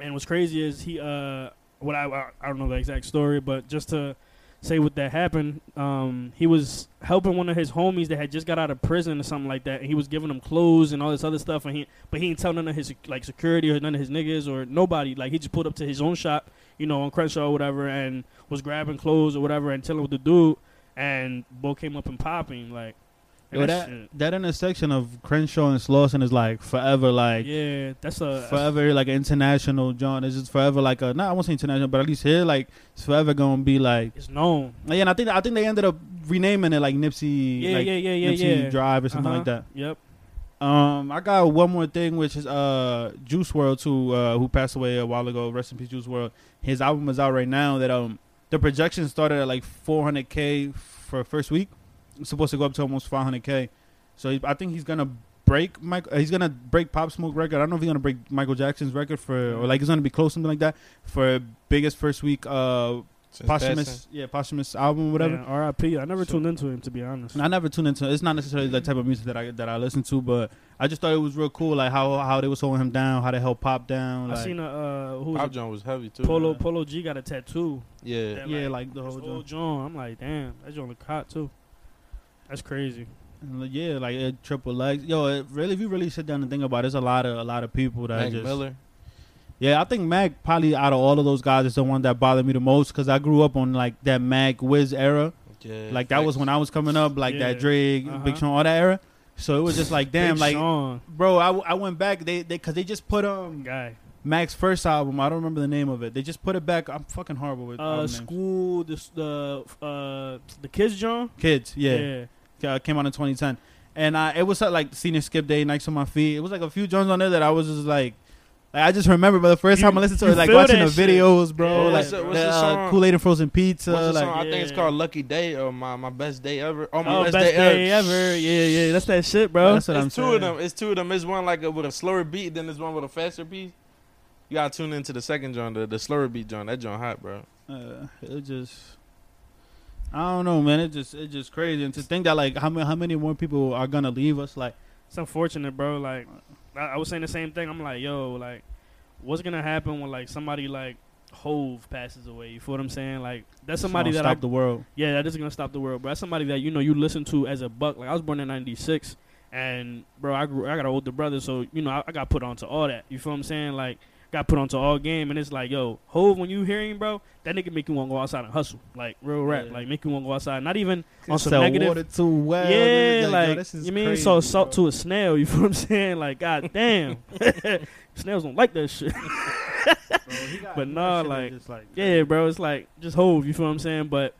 Speaker 3: And what's crazy is he uh what I I- I don't know the exact story, but just to say what that happened, um he was helping one of his homies that had just got out of prison or something like that, and he was giving him clothes and all this other stuff, and he but he didn't tell none of his like security or none of his niggas or nobody. Like he just pulled up to his own shop, you know, on Crenshaw or whatever, and was grabbing clothes or whatever and telling what to do, and Bo came up and popping like. and
Speaker 2: Yo,
Speaker 3: that
Speaker 2: that
Speaker 3: shit-
Speaker 2: that intersection of Crenshaw and Slauson is like forever, like
Speaker 3: yeah, that's a that's
Speaker 2: forever, like an international. John, it's just forever, like a not I won't say international, but at least here, like it's forever gonna be like.
Speaker 3: It's known.
Speaker 2: Yeah, and I think I think they ended up renaming it like Nipsey,
Speaker 3: Yeah,
Speaker 2: like
Speaker 3: yeah, yeah, yeah,
Speaker 2: Nipsey
Speaker 3: yeah.
Speaker 2: Drive or something like
Speaker 3: Uh-huh.
Speaker 2: that.
Speaker 3: Yep.
Speaker 2: Um, I got one more thing, which is uh Juice World who uh, who passed away a while ago. Rest in peace, Juice World. His album is out right now. That um, the projection started at like 400k for first week. It's supposed to go up to almost 500k. So he, I think he's gonna break Mike. uh, he's gonna break Pop Smoke record. I don't know if he's gonna break Michael Jackson's record for or like it's gonna be close something like that for biggest first week uh
Speaker 1: Since passing.
Speaker 2: posthumous yeah posthumous album whatever.
Speaker 3: Yeah, R.I.P. I never
Speaker 2: So-
Speaker 3: tuned into him to be honest.
Speaker 2: And I never tune into. It's not necessarily the type of music that I that I listen to, but I just thought it was real cool, like how how they was holding him down, how they held Pop down, like
Speaker 3: I seen a uh, who
Speaker 1: Pop
Speaker 3: was
Speaker 1: John was heavy too.
Speaker 3: it? Polo Polo G got a tattoo.
Speaker 1: Yeah.
Speaker 3: that,
Speaker 2: yeah, like the
Speaker 3: this
Speaker 2: whole. joint.
Speaker 3: old John. I'm like, damn, that John look hot too. That's crazy.
Speaker 2: And, like, Yeah, like it triple legs. Yo, it really, if you really sit down and think about, it, there's a lot of a lot of people that
Speaker 1: Mac
Speaker 2: just.
Speaker 1: Miller.
Speaker 2: Yeah, I think Mac probably out of all of those guys is the one that bothered me the most because I grew up on like that Mac Wiz era,
Speaker 1: Yeah.
Speaker 2: like that was when I was coming up, like
Speaker 3: Yeah.
Speaker 2: that Drake, Big
Speaker 3: Uh-huh.
Speaker 2: Sean, all that era. So it was just like, damn,
Speaker 3: Big
Speaker 2: like
Speaker 3: Sean
Speaker 2: bro, I, I went back. They they because they just put um
Speaker 3: guy.
Speaker 2: Mac's first album. I don't remember the name of it. They just put it back. I'm fucking horrible with album
Speaker 3: Uh,
Speaker 2: names.
Speaker 3: school the s- the uh the kids John.
Speaker 2: Kids, yeah, Uh, came out in 2010, and I it was uh, like senior skip day, next on my feet. It was like a few joints on there that I was just like, like, I just remember. But the first
Speaker 3: You-
Speaker 2: time I listened to
Speaker 3: you
Speaker 2: it, like
Speaker 3: feel
Speaker 2: watching the
Speaker 3: that shit.
Speaker 2: videos, bro,
Speaker 3: Yeah.
Speaker 2: like
Speaker 3: What's the-
Speaker 1: what's the song?
Speaker 2: Kool Aid and frozen pizza,
Speaker 1: What's the
Speaker 2: like
Speaker 1: song? I think it's
Speaker 3: yeah.
Speaker 1: called Lucky Day or my, my best day ever. Oh, my
Speaker 3: Oh, best day ever. Yeah, yeah, that's that shit, bro.
Speaker 2: that's what I'm
Speaker 1: It's two
Speaker 2: saying.
Speaker 1: of them. It's two of them. It's one like a, with a slower beat, then there's one with a faster beat. You gotta tune into the second joint, the, the slower beat joint. That joint hot, bro.
Speaker 2: Uh, it just. I don't know, man. It just it just crazy, and to think that like how many how many more people are gonna leave us, like
Speaker 3: It's unfortunate, bro. Like, I, I was saying the same thing. I'm like, yo, like, what's gonna happen when like somebody like Hove passes away? You feel what I'm saying? Like, that's
Speaker 2: it's
Speaker 3: somebody
Speaker 2: gonna
Speaker 3: that I,
Speaker 2: stop the world.
Speaker 3: yeah, that is gonna stop the world. But that's somebody that you know you listen to as a buck. Like, I was born in '96, and bro, I grew, I got an older brother, so you know I, I got put onto all that. You feel what I'm saying? Like, got put onto all game, and it's like, yo, Hove, when you hear him, bro, that nigga make you wanna go outside and hustle, like real rap,
Speaker 2: Yeah.
Speaker 3: like make you wanna go outside. Not even on some
Speaker 2: Sell
Speaker 3: negative
Speaker 2: water too well.
Speaker 3: yeah,
Speaker 2: It's
Speaker 3: like,
Speaker 2: yo, this is
Speaker 3: you mean
Speaker 2: crazy,
Speaker 3: so salt
Speaker 2: bro.
Speaker 3: to a snail? You feel what I'm saying? Like, god damn, snails don't like that shit. but nah, like, yeah, bro, it's like just hove. You feel what I'm saying? But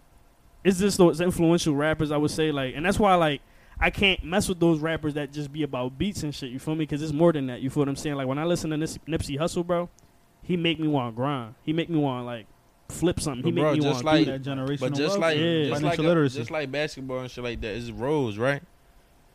Speaker 3: it's just those influential rappers. I would say like, and that's why like I can't mess with those rappers that just be about beats and shit. You feel me? Because it's more than that. You feel what I'm saying? Like when I listen to Nipsey, Nipsey Hustle, bro, he make me want to grind. He make me want to like flip something. He
Speaker 1: But
Speaker 3: make
Speaker 1: bro,
Speaker 3: me
Speaker 1: just
Speaker 3: want to
Speaker 1: like-
Speaker 3: do
Speaker 2: that
Speaker 3: that.
Speaker 2: generational
Speaker 1: But just
Speaker 2: wealth,
Speaker 1: like,
Speaker 3: yeah.
Speaker 1: just, like
Speaker 2: financial
Speaker 1: uh,
Speaker 2: literacy.
Speaker 1: just like basketball and shit like that, it's rules, right?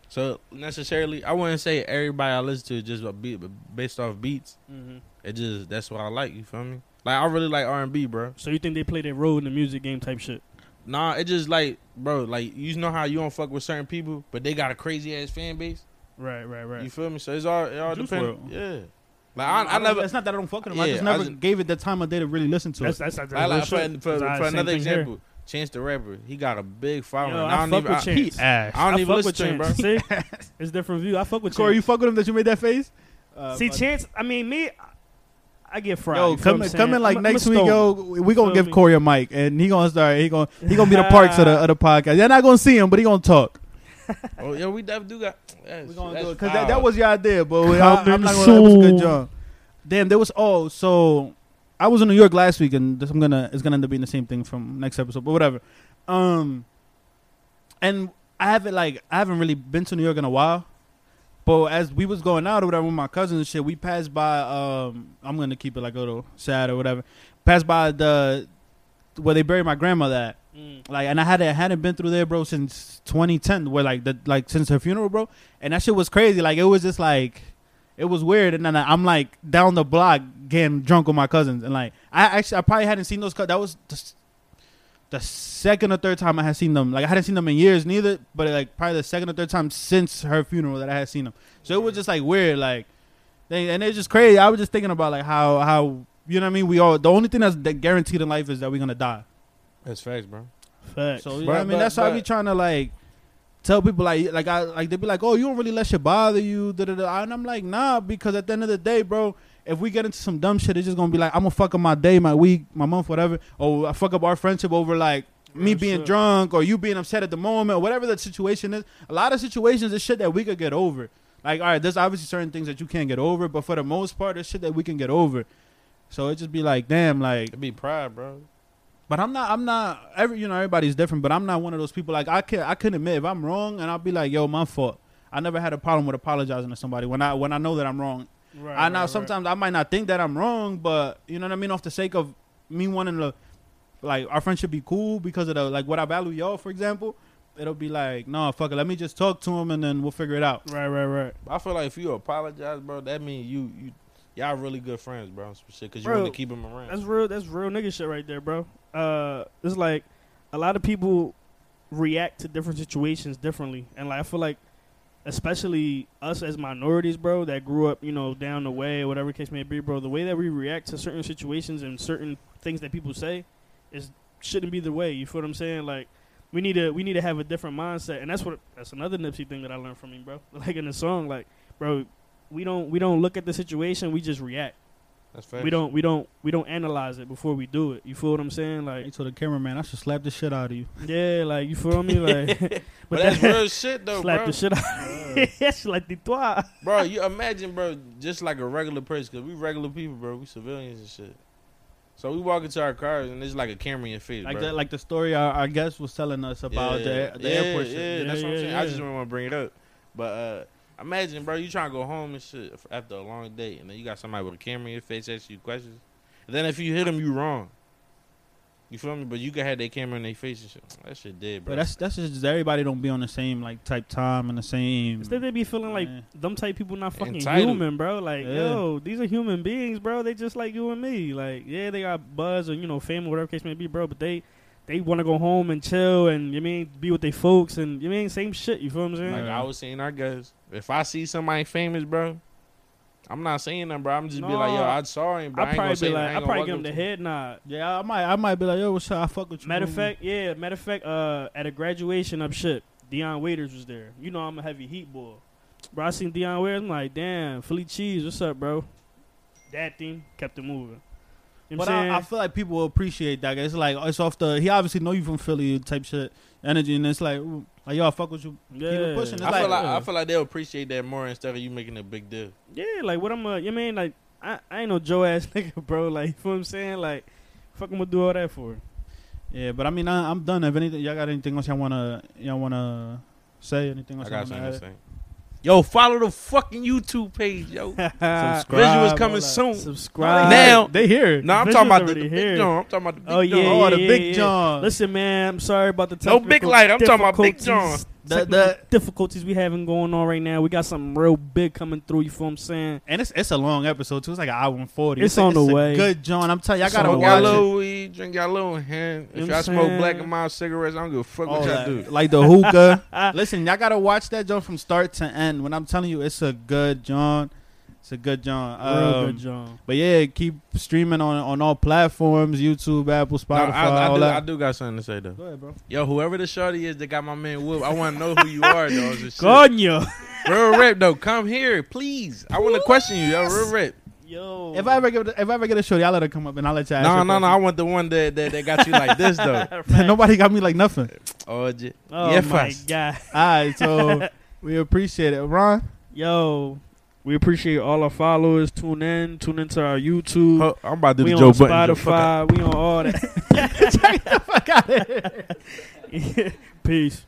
Speaker 1: So necessarily, I wouldn't say everybody I listen to is just a beat, but based off beats,
Speaker 2: Mm-hmm.
Speaker 3: Mhm.
Speaker 1: it just that's what I like. You feel me? Like I really like R and B, bro.
Speaker 3: So you think they play their role in the music game type shit?
Speaker 1: Nah, it just like, bro, like you know how you don't fuck with certain people, but they got a crazy ass fan base.
Speaker 3: Right, right, right.
Speaker 1: You feel me? So it's all it all
Speaker 2: Juice
Speaker 1: depends.
Speaker 2: WRLD.
Speaker 1: Yeah. Like I, I
Speaker 2: don't-
Speaker 1: never
Speaker 2: It's not that I don't fuck with him. I
Speaker 1: Yeah,
Speaker 2: just
Speaker 1: I
Speaker 2: never
Speaker 1: just-
Speaker 2: gave it the time of day to really listen to
Speaker 3: That's
Speaker 2: it.
Speaker 3: that's not the
Speaker 1: I
Speaker 3: real
Speaker 1: like, for,
Speaker 3: shit.
Speaker 1: for,
Speaker 3: It's all
Speaker 1: for
Speaker 3: the same
Speaker 1: another
Speaker 3: thing here.
Speaker 1: example, Chance the Rapper, he got a big following.
Speaker 3: Yo,
Speaker 1: I,
Speaker 3: I
Speaker 1: don't
Speaker 3: fuck
Speaker 1: even,
Speaker 3: with
Speaker 1: I,
Speaker 3: Chance.
Speaker 2: ass.
Speaker 1: I don't
Speaker 3: I
Speaker 1: even
Speaker 3: fuck
Speaker 1: listen
Speaker 3: with
Speaker 1: to him, bro.
Speaker 3: Chance. See, it's different view. I fuck with
Speaker 2: Corey, you
Speaker 3: Chance.
Speaker 2: fuck with him that you made that face? Uh,
Speaker 3: See,
Speaker 2: but-
Speaker 3: Chance. I mean, me. I- I get fried.
Speaker 2: Yo, come, come in like next week, yo. We gonna
Speaker 3: Feel
Speaker 2: give
Speaker 3: me?
Speaker 2: Corey a mic, and he gonna start. He gonna he gonna be the parks of the of the podcast. You're not gonna see him, but he gonna talk.
Speaker 1: Oh, yo, we def- do got. That's,
Speaker 2: We gonna
Speaker 1: that's
Speaker 2: do it because
Speaker 1: foul.
Speaker 2: that, that was your idea, but I,
Speaker 3: Coming
Speaker 2: am not gonna. That was a
Speaker 3: soon.
Speaker 2: good job. Damn, there was oh so I was in New York last week, and this, I'm gonna it's gonna end up being the same thing from next episode, but whatever. Um, and I haven't like I haven't really been to New York in a while, but as we was going out or whatever with my cousins and shit, we passed by. Um, I'm gonna keep it like a little sad or whatever. Passed by the where they buried my grandmother at.
Speaker 3: Mm.
Speaker 2: Like, and I had I hadn't been through there, bro, since 2010. Where like the like since her funeral, bro, and that shit was crazy. Like it was just like it was weird. And then I- I'm like down the block getting drunk with my cousins, and like I actually I probably hadn't seen those. cou- That was the, s- the second or third time I had seen them. Like I hadn't seen them in years, neither. But like probably the second or third time since her funeral that I had seen them. So it was just like weird, like. They, and it's just crazy. I was just thinking about like how how you know what I mean. We all the only thing that's that guaranteed in life is that we're gonna die.
Speaker 1: That's facts, bro.
Speaker 3: Facts.
Speaker 2: So yeah,
Speaker 1: But-
Speaker 2: I mean
Speaker 1: but-
Speaker 2: that's why I be
Speaker 1: but-
Speaker 2: trying to like tell people like like I like they be like, oh, you don't really let shit bother you, da da da. And I'm like, nah, because at the end of the day, bro, if we get into some dumb shit, it's just gonna be like I'm gonna fuck up my day, my week, my month, whatever. Or I fuck up our friendship over like me
Speaker 3: Real
Speaker 2: being
Speaker 3: shit.
Speaker 2: drunk or you being upset at the moment, whatever the situation is. A lot of situations is shit that we could get over. Like, all right, there's obviously certain things that you can't get over, but for the most part, there's shit that we can get over. So it just be like, damn, like
Speaker 1: It be pride, bro.
Speaker 2: but I'm not. I'm not. Every you know, everybody's different. But I'm not one of those people. Like I can. I couldn't admit if I'm wrong, and I'll be like, "Yo, my fault." I never had a problem with apologizing to somebody when I when I know that I'm wrong.
Speaker 3: Right,
Speaker 2: I know sometimes I might not think that I'm wrong, but you know what I mean. Off the sake of me wanting to, like, our friendship be cool because of the like what I value y'all. For example, it'll be like, "No, fuck it. Let me just talk to him, and then we'll figure it out."
Speaker 3: Right, right, right.
Speaker 1: I feel like if you apologize, bro, that means you you y'all really good friends, bro. on Some shit, cause you
Speaker 3: Bro,
Speaker 1: want to keep them around.
Speaker 3: That's real. That's real nigga shit right there, bro. Uh, it's like a lot of people react to different situations differently, and like I feel like, especially us as minorities, bro, that grew up, you know, down the way, whatever the case may be, bro. The way that we react to certain situations and certain things that people say is shouldn't be the way. You feel what I'm saying? Like. We need to we need to have a different mindset, and that's what that's another Nipsey thing that I learned from him, bro. Like in the song, like, bro, we don't we don't look at the situation, we just react
Speaker 1: That's facts.
Speaker 3: we don't we don't we don't analyze it before we do it. You feel what I'm saying?
Speaker 2: Hey,
Speaker 3: Like
Speaker 2: to the cameraman, I should slap the shit out of you.
Speaker 3: yeah, like you feel me? Like but,
Speaker 1: But,
Speaker 3: that
Speaker 1: that's real shit though,
Speaker 3: slap
Speaker 1: bro.
Speaker 3: the shit out. yes, like the toi.
Speaker 1: bro, you imagine, bro, just like a regular person, cause we regular people, bro. We civilians and shit. So we walk into our cars and it's like a camera in your face,
Speaker 2: Like
Speaker 1: bro.
Speaker 2: that, like the story our, our guest was telling us about the, the
Speaker 1: yeah,
Speaker 2: airport
Speaker 1: yeah,
Speaker 2: shit.
Speaker 1: Yeah, that's what I'm
Speaker 3: yeah,
Speaker 1: saying. I just
Speaker 3: yeah.
Speaker 1: didn't want to bring it up, but uh, imagine, bro, you trying to go home and shit f- after a long day, and then you got somebody with a camera in your face asking you questions. And then if you hit them, you wrong. You feel me? But you can have that camera in their face and shit. That shit dead, bro.
Speaker 2: But that's that's just everybody don't be on the same like type time and the same.
Speaker 3: Instead they be feeling like
Speaker 2: Yeah.
Speaker 3: them type people not fucking
Speaker 1: Entitled.
Speaker 3: human, bro. Like
Speaker 2: Yeah.
Speaker 3: yo, these are human beings, bro. They just like you and me. Like yeah, they got buzz or you know family, whatever case may be, bro. But they they want to go home and chill and you mean be with their folks and you mean same shit. You feel what I'm saying?
Speaker 1: Like I was saying, I guess if I see somebody famous, bro, I'm not saying them, bro. I'm just be like, yo,
Speaker 3: No.
Speaker 1: I'm sorry, bro. I,
Speaker 3: I
Speaker 1: ain't gonna
Speaker 3: probably
Speaker 1: say
Speaker 3: be
Speaker 1: nothing.
Speaker 3: like
Speaker 1: I
Speaker 3: I
Speaker 1: ain't
Speaker 3: probably
Speaker 1: gonna welcome
Speaker 3: give them the
Speaker 1: to
Speaker 3: head nod.
Speaker 2: Yeah, I might, I might be like, yo, what's up? I fuck with you.
Speaker 3: Matter of fact, yeah. Matter of fact, uh, at a graduation up shit, Deion Waiters was there. You know I'm a heavy Heat boy, bro. I seen Deion Waiters. I'm like, damn, Philly cheese. What's up, bro? That thing kept it moving. You know
Speaker 2: but
Speaker 3: what I'm
Speaker 2: I, I
Speaker 3: saying?
Speaker 2: feel like people will appreciate that. It's like it's off the. He obviously know you from Philly type shit energy, and it's like, ooh, like yo, I fuck with you. it
Speaker 3: yeah.
Speaker 2: pushing.
Speaker 1: I
Speaker 2: It's
Speaker 1: feel
Speaker 2: like-
Speaker 1: like uh,
Speaker 3: uh.
Speaker 1: I feel like they'll appreciate that more instead of you making a big deal.
Speaker 3: yeah, like what I'm a, you mean like I, I ain't no Joe ass nigga, bro. Like you feel what I'm saying? Like fuck, I'm gonna do all that for.
Speaker 2: Yeah, but I mean, I, I'm done. If anything, y'all got anything else y'all wanna, y'all wanna say anything else?
Speaker 1: I got
Speaker 2: y'all
Speaker 1: something
Speaker 2: wanna
Speaker 1: to
Speaker 2: add?
Speaker 1: say. Yo, follow the fucking YouTube page, yo. Visuals coming soon.
Speaker 3: Subscribe
Speaker 1: Now-
Speaker 2: they here.
Speaker 1: No, I'm
Speaker 3: Visuals
Speaker 1: talking about the,
Speaker 3: already
Speaker 1: the
Speaker 3: here.
Speaker 1: big John. I'm talking about the big
Speaker 3: Oh yeah,
Speaker 1: John.
Speaker 2: Oh,
Speaker 3: yeah,
Speaker 2: the
Speaker 3: yeah,
Speaker 2: Big
Speaker 3: yeah.
Speaker 2: John.
Speaker 3: Listen, man, I'm sorry about the
Speaker 1: No big
Speaker 3: technical
Speaker 1: light, I'm talking about Big
Speaker 3: difficulties-
Speaker 2: The-
Speaker 3: technical
Speaker 2: the-
Speaker 3: difficulties we having going on right now. We got something real big coming through. You feel what I'm saying?
Speaker 2: And it's it's a long episode too. It's like an hour and forty.
Speaker 3: It's
Speaker 2: a-
Speaker 3: on
Speaker 2: a
Speaker 3: the way.
Speaker 2: Good, John. I'm telling y'all,
Speaker 3: It's
Speaker 2: gotta
Speaker 3: on
Speaker 1: Smoke
Speaker 3: the
Speaker 2: watch
Speaker 1: y'all
Speaker 3: way.
Speaker 2: it.
Speaker 1: little weed, drink y'all little hand.
Speaker 3: You
Speaker 1: If
Speaker 3: know
Speaker 1: y'all
Speaker 3: what I'm
Speaker 1: smoke
Speaker 3: saying?
Speaker 1: black and mild cigarettes, I don't give a fuck
Speaker 2: All
Speaker 1: what y'all
Speaker 2: that.
Speaker 1: do.
Speaker 2: Like the hookah. Listen, y'all gotta watch that John from start to end. When I'm telling you, it's a good John. It's a good John.
Speaker 3: Real
Speaker 2: Um,
Speaker 3: good, John.
Speaker 2: But yeah, keep streaming on on all platforms: YouTube, Apple,
Speaker 1: No,
Speaker 2: Spotify,
Speaker 1: I, I,
Speaker 2: all
Speaker 1: do, I
Speaker 2: that.
Speaker 1: do got something to say though.
Speaker 2: Go ahead, bro.
Speaker 1: Yo, whoever the shorty is that got my man Whoop, I want to know who you are, though. Shit.
Speaker 3: Coño.
Speaker 1: Real rap though, come here, please. I want to question you, yo. Real rap.
Speaker 3: Yo.
Speaker 2: If I ever get if I ever get a show, y'all let her come up and I'll let you ask.
Speaker 1: No,
Speaker 2: her
Speaker 1: no, no. I
Speaker 2: questions.
Speaker 1: want the one that that, that got you like this though.
Speaker 2: Nobody got me like nothing.
Speaker 1: Oh, j-
Speaker 3: Oh
Speaker 1: yeah,
Speaker 3: my
Speaker 1: fast.
Speaker 3: god.
Speaker 2: All right, so we appreciate it, Ron.
Speaker 3: Yo.
Speaker 5: We appreciate all our followers. Tune in. Tune into our YouTube.
Speaker 1: Huh, I'm about to do
Speaker 5: we
Speaker 1: the
Speaker 5: on
Speaker 1: Joe Button. joke. Fuck out.
Speaker 5: Spotify. We on all that. Peace.